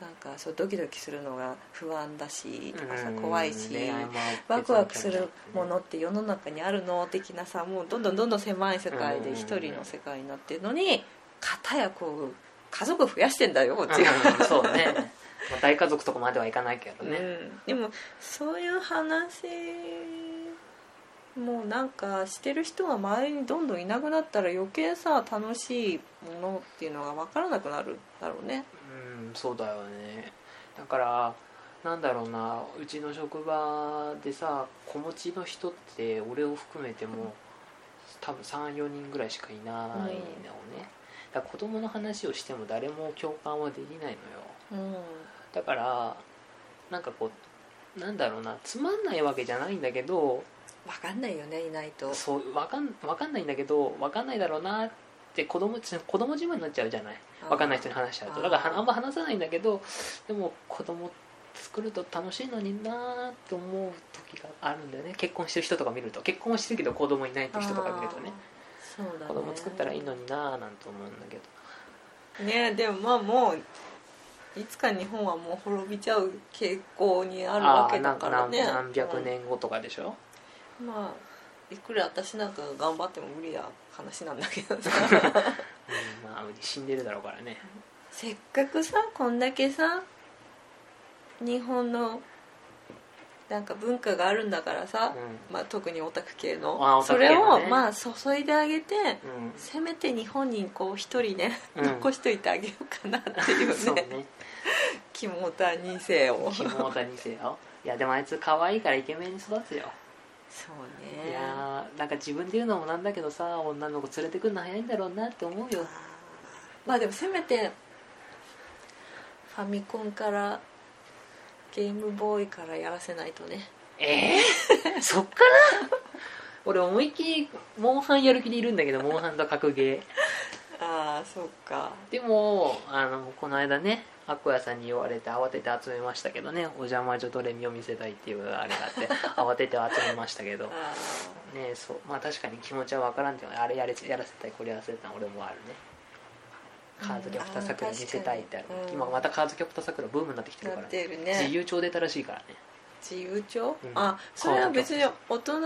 C: なんかそうドキドキするのが不安だしとかさ
D: うん
C: 怖いし。
D: 恋愛も
C: ワクワクするものって世の中にあるの的なさもうどんどんどんどん狭い世界で一人の世界になってるのに片やこう家族増やしてんだよこっちが、
D: うんそうね、まあ、大家族とかまではいかないけど
C: う
D: ね、
C: ん、でもそういう話もうなんかしてる人が周りにどんどんいなくなったら余計さ楽しいものっていうのが分からなくなるんだろうね
D: うんそうだよねだからなんだろうなうちの職場でさ子持ちの人って俺を含めても多分34人ぐらいしかいないのね、だから子供の話をしても誰も共感はできないのよ
C: うん
D: だからなんかこうなんだろうなつまんないわけじゃないんだけど
C: 分かんないよねいないと
D: そうわかんわかんないんだけどわかんないだろうなって子供ち子供自慢になっちゃうじゃないわかんない人に話しちゃうとだから
C: あー
D: あんま話さないんだけどでも子供作ると楽しいのになーって思う時があるんだよね結婚してる人とか見ると結婚してるけど子供いないって人とか見るとね
C: あーそうだね
D: 子供作ったらいいのになーなんて思うんだけど
C: ねでもまあもういつか日本はもう滅びちゃう傾向にあるわ
D: あ
C: け
D: ーな
C: だ
D: ん
C: か
D: から何
C: ね
D: 何百、年後とかでしょ
C: うんまあいくら私なんかが頑張っても無理な話なんだけど
D: <laughs>
C: さ
D: うんまあ死んでるだろうからね
C: せっかくさこんだけさ日本のなんか文化があるんだからさ、
D: う
C: まあ、特にオタク系
D: あ
C: の
D: ーオタ
C: そ
D: ク系
C: れ
D: のね
C: をまあ注いであげて
D: ん
C: <laughs>
D: うん
C: せめて日本にこう一人ね、
D: うん
C: 残しといてあげようかなっていう
D: <laughs> そう
C: ね
D: ね
C: 肝オタ2世を
D: 肝元にせよいやでもあいつ可愛いからイケメンに育つよ
C: そう
D: い
C: ね
D: やーなんか自分で言うのもなんだけどさ女の子連れてくるの早いんだろうなって思うよ
C: まあでもせめてファミコンからゲームボーイからやらせないとね
D: え
C: <laughs>
D: ー、そっから俺思いっきりモンハンやる気でいるんだけどモンハンと格ゲ
C: ああそうか
D: ーでもあのこの間ねアコヤさんに言われて慌てて集めましたけどねお邪魔女ドレミを見せたいっていうあれがあって
C: <laughs>
D: 慌てて集めましたけど
C: あ
D: ねそうまあ確かに気持ちは分からんけどあれやれやらせたいこれやらせたい俺もあるねカードキャプター桜に見せたいってある、
C: うん
D: 今またカードキャプター桜ブームになってきて
C: あ
D: る
C: な
D: か
C: っ
D: ら、
C: てる
D: 自
C: ね
D: 由帳出たらしいからね
C: 自由帳、
D: うん
C: あそれは別に大人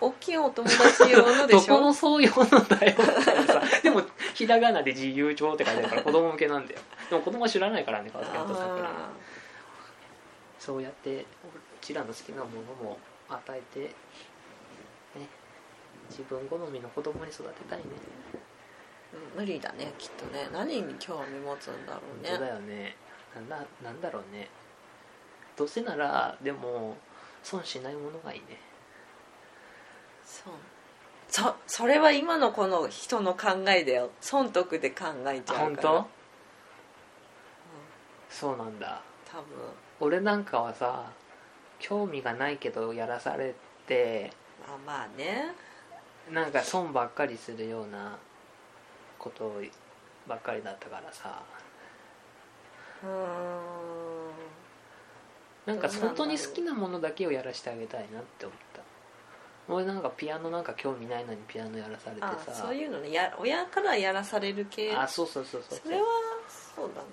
C: 大きいお友達用ので
D: <laughs> ど
C: し
D: こ
C: ょ
D: もそういうのだよっていうさでもひらがなで自由帳って書いてあるから子供向けなんだよでも子供は知らないからね川崎と桜
C: あ
D: そうやってうちらの好きなものも与えてね自分好みの子供に育てたいね
C: ーうん無理だねきっとね何に興味持つんだろう
D: 本当だ
C: ね
D: よねなんだなんだろうねどうせならでも損しないものがいいね
C: そうそそれは今のこの人の考えだよ損得で考えちゃうから
D: 本当そうなんだ
C: 多分
D: 俺なんかはさ興味がないけどやらされて
C: まあまあね
D: なんか損ばっかりするようなことばっかりだったからさ
C: うーん
D: なんか本当に好きなものだけをやらせてあげたいなって思った俺なんかピアノなんか興味ないのにピアノやらされて
C: あ
D: さ
C: そういうのねや親からやらされる系
D: あそうそうそうそう
C: それはそうだね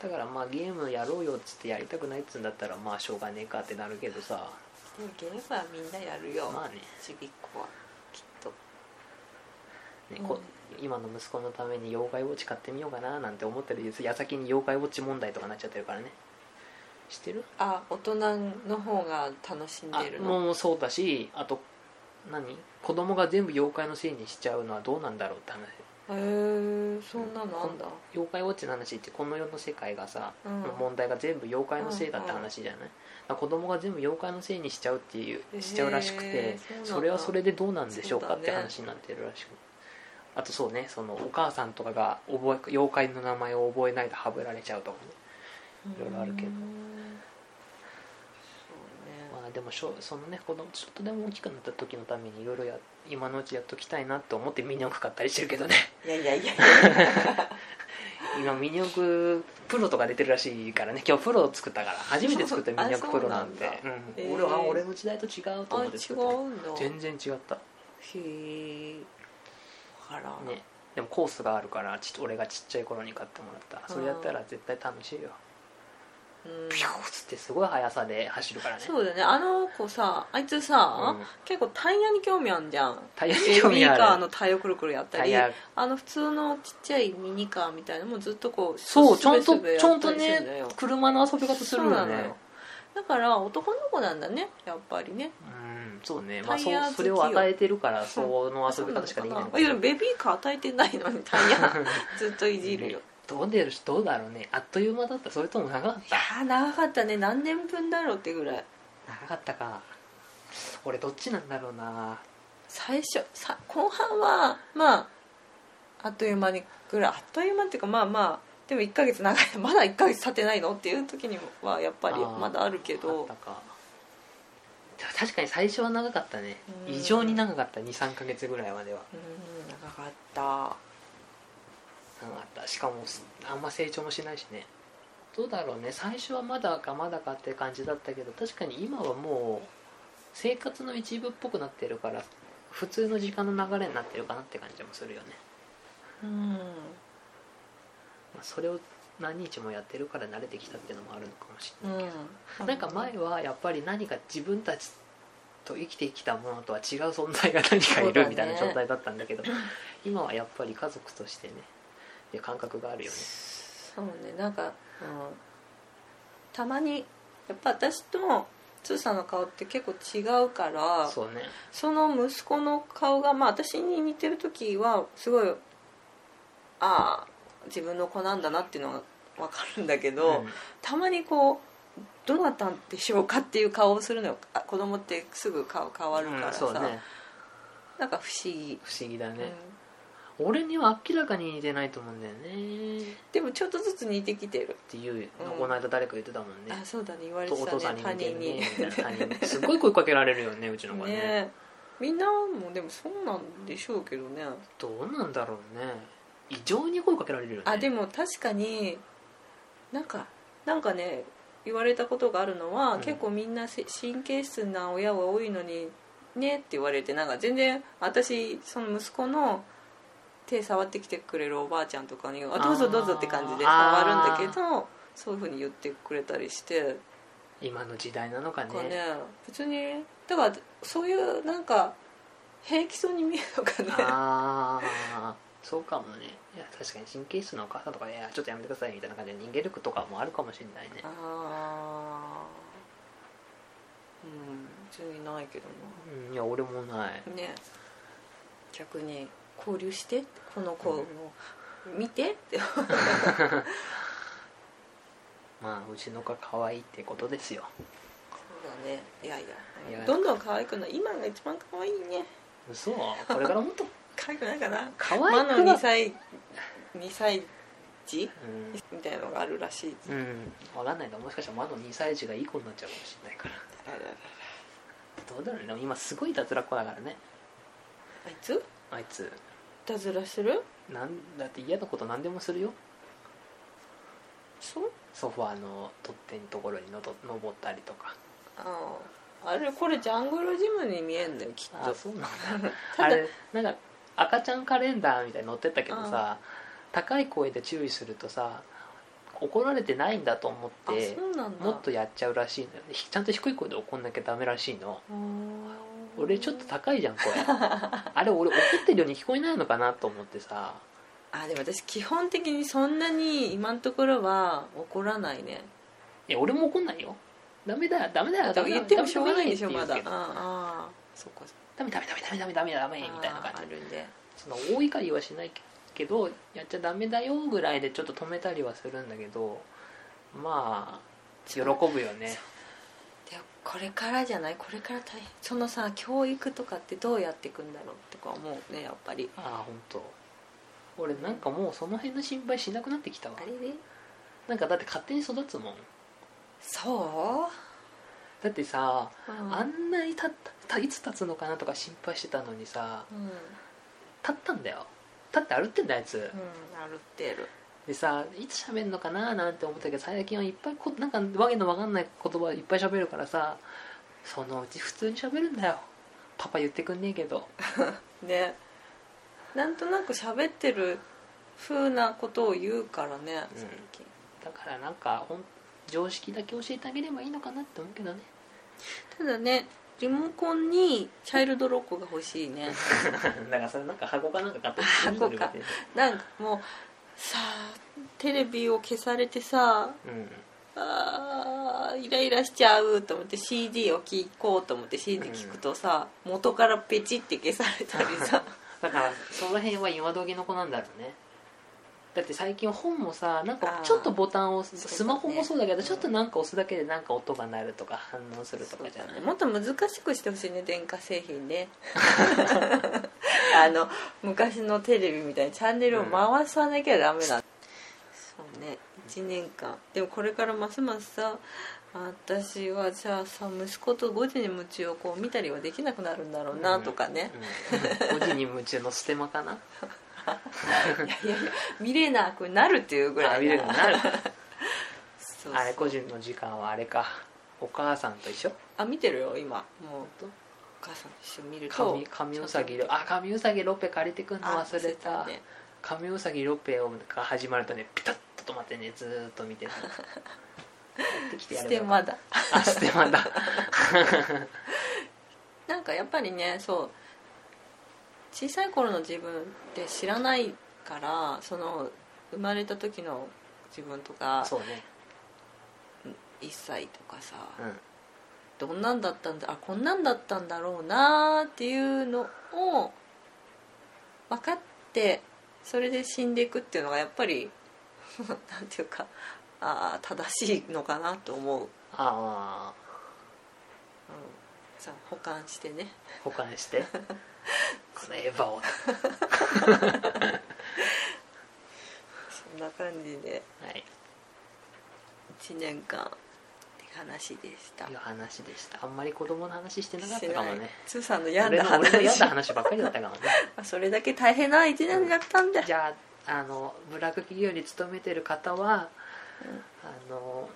D: だからまあゲームやろうよっつってやりたくないっつうんだったらまあしょうがねえかってなるけどさ
C: でもゲームはみんなやるよ
D: まあね
C: ちびっ子はきっと
D: ねこ今の息子のために妖怪ウォッチ買ってみようかななんて思ってる矢先に妖怪ウォッチ問題とかなっちゃってるからね知ってる
C: あ大人の方が楽しん
D: あ
C: でるの
D: もうそうだしあと何子供が全部妖怪のせいにしちゃうのはどうなんだろうって話
C: へえそんなのあんだ
D: 妖怪ウォッチの話ってこの世の世界がさ、
C: うん
D: 問題が全部妖怪のせいだって話じゃない、だから子供が全部妖怪のせいにしちゃうっていうしちゃうらしくて
C: へー
D: それはそれでどうなんでしょうか
C: そうだ
D: っ
C: ね
D: て話になってるらしく、あとそうねそのお母さんとかが覚え妖怪の名前を覚えないとはぶられちゃうとかねいろいろあるけど
C: うーんそうね
D: まああでもしょそのね子供ちょっとでも大きくなった時のためにいろいろや今のうちやっときたいなと思ってミニオク買ったりしてるけどね
C: いやいやい
D: <laughs>
C: や
D: 今ミニオクプロとか出てるらしいからね今日プロを作ったから初めて作ったミニオクプロなんで
C: あそうなんだ
D: うん
C: へー
D: 俺は俺の時代と違うと
C: あ
D: 思
C: 違
D: って作った
C: うんだ
D: 全然違った
C: へえあらん
D: ねでもコースがあるからち俺がちっちゃい頃に買ってもらったそれやったら絶対楽しいよ
C: うん
D: ピューッつってすごい速さで走るからね
C: そうだねあの子さあいつさ、
D: うん
C: 結構タイヤに興味あんじゃん
D: タイヤ
C: ベビ
D: 興味
C: ーカー
D: ある
C: のタイヤをくるくるやった
D: タイ
C: り
D: ヤ
C: あの普通のちっちゃいミニカーみたいなのもずっとこう
D: そうちゃん
C: す
D: と
C: べ
D: ち
C: すべ
D: ゃ
C: や
D: ん
C: った
D: と
C: りするの
D: ね
C: よ
D: 車の遊び方する
C: そう
D: よ
C: なの
D: ね
C: よだから男の子なんだねやっぱりね
D: うんそうねまあ
C: タイヤ好きよ
D: そうそれを与えてるからその遊び方しかできな
C: そ
D: い
C: う
D: の
C: のかいやでもベビーカー与えてないのにタイヤ <laughs> ずっといじるよ
D: どうでるどうだろうねあっという間だったそれとも長かっ
C: いや
D: た
C: ー長かったね何年分だろうってぐらい
D: 長かったか俺どっちなんだろうな
C: 最初さ後半はまああっという間にぐらいあっという間っていうかまあまあでも1ヶ月長い <laughs> まだ1ヶ月経ってないのっていう時にはやっぱり
D: あー
C: まだあるけ
D: あっ
C: ど
D: たかでも確かに最初は長かったね
C: うん
D: 異常に長かった23ヶ月ぐらいまでは
C: うん長かった
D: 長かったしかもあんま成長もしないしねどうだろうね最初はまだかまだかって感じだったけど確かに今はもう生活の一部っぽくなってるから普通の時間の流れになってるかなって感じもするよね、
C: うん
D: まあ、それを何日もやってるから慣れてきたっていうのもあるのかもしれない
C: うん
D: なんか前はやっぱり何か自分たちと生きてきたものとは違う存在が何かいるみたいな
C: そうだね
D: 状態だったんだけど今はやっぱり家族としてねっていう感覚があるよね
C: そうねなんか、うん、たまにやっぱ私とつーさんの顔って結構違うから
D: そうね
C: その息子の顔が、まあ、私に似てる時はすごいああ自分の子なんだなっていうのが分かるんだけど、
D: うん
C: たまにこうどなたでしょうかっていう顔をするのよあ子供ってすぐ顔変わるからさ、
D: うんそうね
C: なんか不思議、
D: 不思議だね、
C: うん
D: 俺には明らかに似てないと思うんだよねっ
C: でもちょっとずつ似てきてる、
D: ていうの
C: うん
D: この間誰か言ってたもんね、
C: あそうだね言われ
D: と
C: て
D: お
C: た
D: 父さん
C: ね
D: に
C: 他
D: 似て
C: 人
D: る
C: に
D: ねみたいな他人すごい声かけられるよねうちの子ね
C: ねみんなもでもそうなんでしょうけどね
D: どうなんだろうね異常に声かけられるよね
C: あでも確かになんかなんかね言われたことがあるのは、
D: うん
C: 結構みんなせ神経質な親は多いのにねって言われてなんか全然私その息子の手触ってきてくれるおばあちゃんとかに「あどうぞどうぞ」って感じで触るんだけどそういうふうに言ってくれたりして
D: 今の時代なのか
C: なんかね
D: ね
C: 別にだからそういうなんか平気そうに見えるのかね
D: ああそうかもねいや確かに神経質なお母さんとかいやちょっとやめてくださいみたいな感じで人間力とかもあるかもしれないね
C: あーうん別にないけど
D: うんいや俺もない
C: なね逆に交流してこの子を見てって
D: まあうちの子は可愛いってことですよ
C: そうだねいやい
D: い
C: や
D: や
C: どんどん可愛くなる今が一番可愛いね
D: 嘘これからもっと
C: 可愛くないかな
D: 可愛
C: <laughs> 魔の
D: くな
C: 2歳2歳児
D: うん
C: みたいのがあるらしい
D: うん、分かんないなもしかしたらまだ2歳児がいい子になっちゃうかもしれないから
C: あららら
D: どうだろうねでも今すごいいたずらっ子だからね
C: あいつい
D: あいつ
C: たずらする
D: なんだって嫌なこと何でもするよ
C: そう
D: ソファーの取っ手のところにのと登ったりとか
C: あーあれこれジャングルジムに見えんだよきっと
D: そうなんだ
C: <laughs> ただ
D: あれなんか赤ちゃんカレンダーみたいに載ってったけどさ高い声で注意するとさ怒られてないんだと思っ
C: あ
D: て
C: そうなんだ
D: もっとやっちゃうらしいのよひちゃんと低い声で怒んなきゃダメらしいの俺ちょっと高いじゃ
C: <laughs>
D: ん声あれ俺怒ってるように聞こえないのかなと思ってさ
C: あでも私基本的にそんなに今のところは怒らないね
D: いや俺も怒んないよダメだよダメだよ
C: 多
D: ダ
C: 分
D: メ
C: 言
D: だよ
C: ってもしょうがないんでしょ
D: ダメ
C: まだあ
D: よって言うけど
C: あそっか
D: ダメダメダメダメダメダメダメみたいな感
C: あ
D: じ
C: るんで
D: その大怒りはしないけどやっちゃダメだよぐらいでちょっと止めたりはするんだけどまあ喜ぶよね
C: でもこれからじゃないこれから大変そのさ教育とかってどうやっていくんだろうとか思うねやっぱり
D: ああ本当。俺なんかもうその辺の心配しなくなってきたわ
C: あれで
D: なんかだって勝手に育つもん
C: そ
D: だってさ
C: うん
D: あんなにたったたいつ立つのかなとか心配してたのにさ
C: うんうん
D: 立ったんだよ立って歩ってんだあいつ
C: なるってる
D: でさいつ喋るのかななんて思ったけど最近はいっぱいこなんかわけのわかんない言葉いっぱい喋るからさそのうち普通に喋るんだよパパ言ってくんねえけど
C: ねなんとなく喋ってる風なことを言うからね
D: うん
C: 最近、
D: だからなんかほん常識だけ教えてあげればいいのかなって思うけどね
C: ただねリモコンにチャイルドロックが欲しいね
D: <laughs> だからそれなんか箱かなんか買って
C: 箱かなんかもうさあテレビを消されてさ
D: うん
C: あーイライラしちゃうと思って CD を聴こうと思って CD 聴くとさ、元からペチって消されたりさ
D: だからその辺は今時の子なんだろうねだって最近本もさなんかちょっとボタンを押す
C: あー
D: スマホもそうだけど
C: そうだね
D: ちょっとなんか押すだけでなんか音が鳴るとか反応する
C: そ
D: と
C: う
D: かじゃ
C: だ
D: ない
C: ねもっと難しくしてほしいね電化製品
D: <laughs>
C: ねあの昔のテレビみたいにチャンネルを回さなきゃダメだ、そうね1年間でもこれからますますさ私はじゃあさ息子と5時に夢中をこう見たりはできなくなるんだろうなとかね、
D: うん文字に夢中のステマかな
C: いやいや見れなくなるっていうぐらい
D: あ見れるようになる
C: そうそう
D: あれ個人の時間はあれかお母さんと一緒
C: あ見てるよ今もうお母さんと一緒に見ると
D: 神神うさぎロあ神うさぎロペ借りてくんの
C: あ
D: 忘れた
C: ね
D: 神うさぎロペが始まるとねピタッと止まってねずーっと見てるやってきてや
C: ス
D: れば
C: テ
D: よか
C: マ
D: った
C: だ
D: あステマだ
C: なんかやっぱりねそう小さい頃の自分って知らないからその生まれた時の自分とか
D: <laughs> そうね
C: 1歳とかさ
D: うん
C: どんなんだったんだあこんなんだったんだろうなーっていうのを分かってそれで死んでいくっていうのがやっぱり <laughs> なんていうかあー正しいのかなと思う、うん、
D: ああ
C: さ保管してね
D: 保管してこのエヴァをは
C: そんな感じで
D: い
C: 1年間って話でした
D: いう話でしたあんまり子供の話してなかったかも
C: しない
D: ね
C: つーさんの病ん
D: 俺
C: だ
D: の俺の
C: 話
D: 嫌な話ばっかりだったかもね
C: それだけ大変な一年だった <laughs> んだ
D: じゃああのブラック企業に勤めてる方は、あの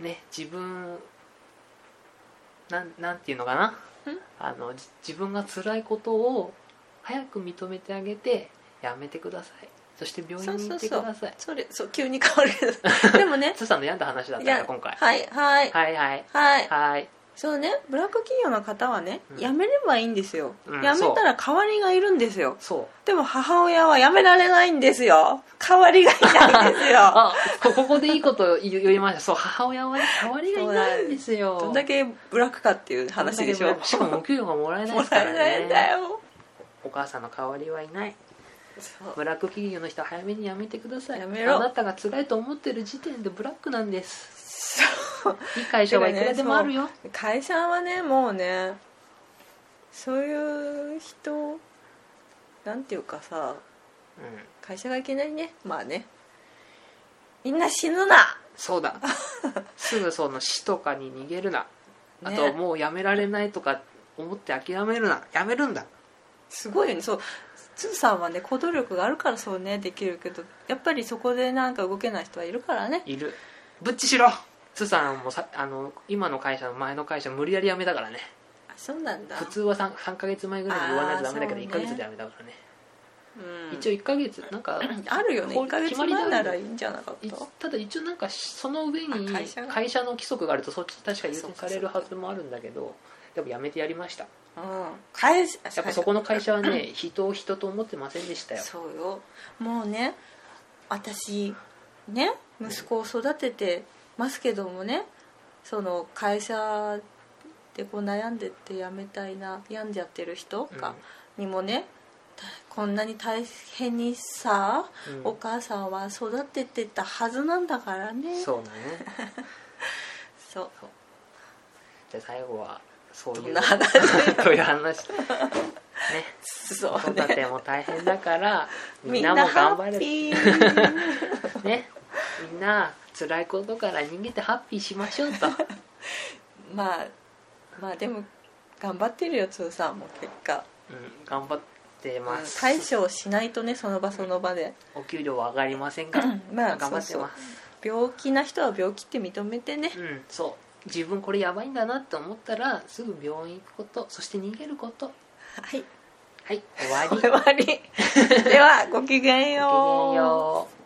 D: ね自分なんなんていうのかなあのじ自分が辛いことを早く認めてあげてやめてくださいそして病院に行ってください
C: それそう急に変わるけ
D: <laughs>
C: どでもね
D: つーさんの病んだ話だったから今回
C: はいはい
D: はいはい
C: はい
D: はい
C: そうねブラック企業の方はね、
D: うん
C: 辞めればいいんですよ、
D: うん
C: 辞めたら代わりがいるんですよ
D: そう
C: でも母親は辞められないんですよ代わりがいないんですよ
D: <laughs> あこここでいいこと言い言いましたそう母親はね代わりがいないんですよ
C: どんだけブラックかっていう話でしょ
D: どんだけしかもお給料がもらえ
C: <laughs>
D: ない
C: も
D: ですからら
C: えないんだ
D: ね
C: よ
D: お母さんの代わりはいない
C: そう
D: ブラック企業の人は早めにやめてください
C: やめろ
D: あなたが辛いと思ってる時点でブラックなんです
C: そう
D: いい会社はいくらでもあるよ、
C: 会社はねもうねそういう人なんていうかさ
D: うん、
C: 会社がいけないねまあねみんな死ぬな
D: そう <laughs> だすぐその死とかに逃げるな、あ
C: ね
D: ともうやめられないとか思って諦めるなやめるんだ
C: すごいよねそうつーさんはね行動力があるからそうねできるけどやっぱりそこでなんか動けない人はいるからね
D: いるぶっちしろつーさんもさあの今の会社の前の会社無理やり辞めたからね
C: あそうなんだ
D: 普通は 3, 3ヶ月前ぐらいに言わないとダメだけど
C: あー
D: 1
C: そ
D: ヶ
C: うね
D: 月で辞めたからね
C: うん
D: 一応1ヶ月なん <coughs> か
C: あるよね
D: こう
C: 1ヶ月
D: 決まりだ
C: 前
D: よね
C: ならいいんじゃなかっ
D: い
C: た
D: ただ一応なんかその上に
C: あ会社が
D: 会社の規則があるとそっち確か優
C: そうかそ
D: 先
C: うか
D: されるはずもあるんだけどでも辞めてやりました
C: うん会社
D: やっぱそこの会社はね人を人と思ってませんでしたよ
C: そうよもうね私ね息子を育ててますけどもねその会社でこう悩んでって辞めたいな病んじゃってる人か、にもねたこんなに大変にさ、
D: うん
C: お母さんは育ててたはずなんだからね
D: そうだね
C: そう
D: じゃあ最後はそういう
C: どんな話
D: そういう話ね
C: そ
D: 子
C: う
D: 育て
C: ね
D: も大変だからみ
C: み
D: ん
C: ん
D: な
C: な
D: も
C: ハ
D: 頑張
C: ッ
D: れ
C: ピー <laughs>
D: ねみんな辛いことから逃げてハッピーしましょうと
C: まあまあでも頑張ってるよ通さんも結果、
D: うん、頑張って
C: まあ
D: ます、
C: 対処をしないとねその場その場で
D: お給料は上がりませんが、
C: うんまあ
D: 頑張ってます
C: 病気な人は病気って認めてね
D: うんそう自分これやばいんだなって思ったらすぐ病院行くことそして逃げること
C: はい
D: はい終わり <laughs>
C: 終わりではごきげん
D: ごきげん
C: よう
D: よう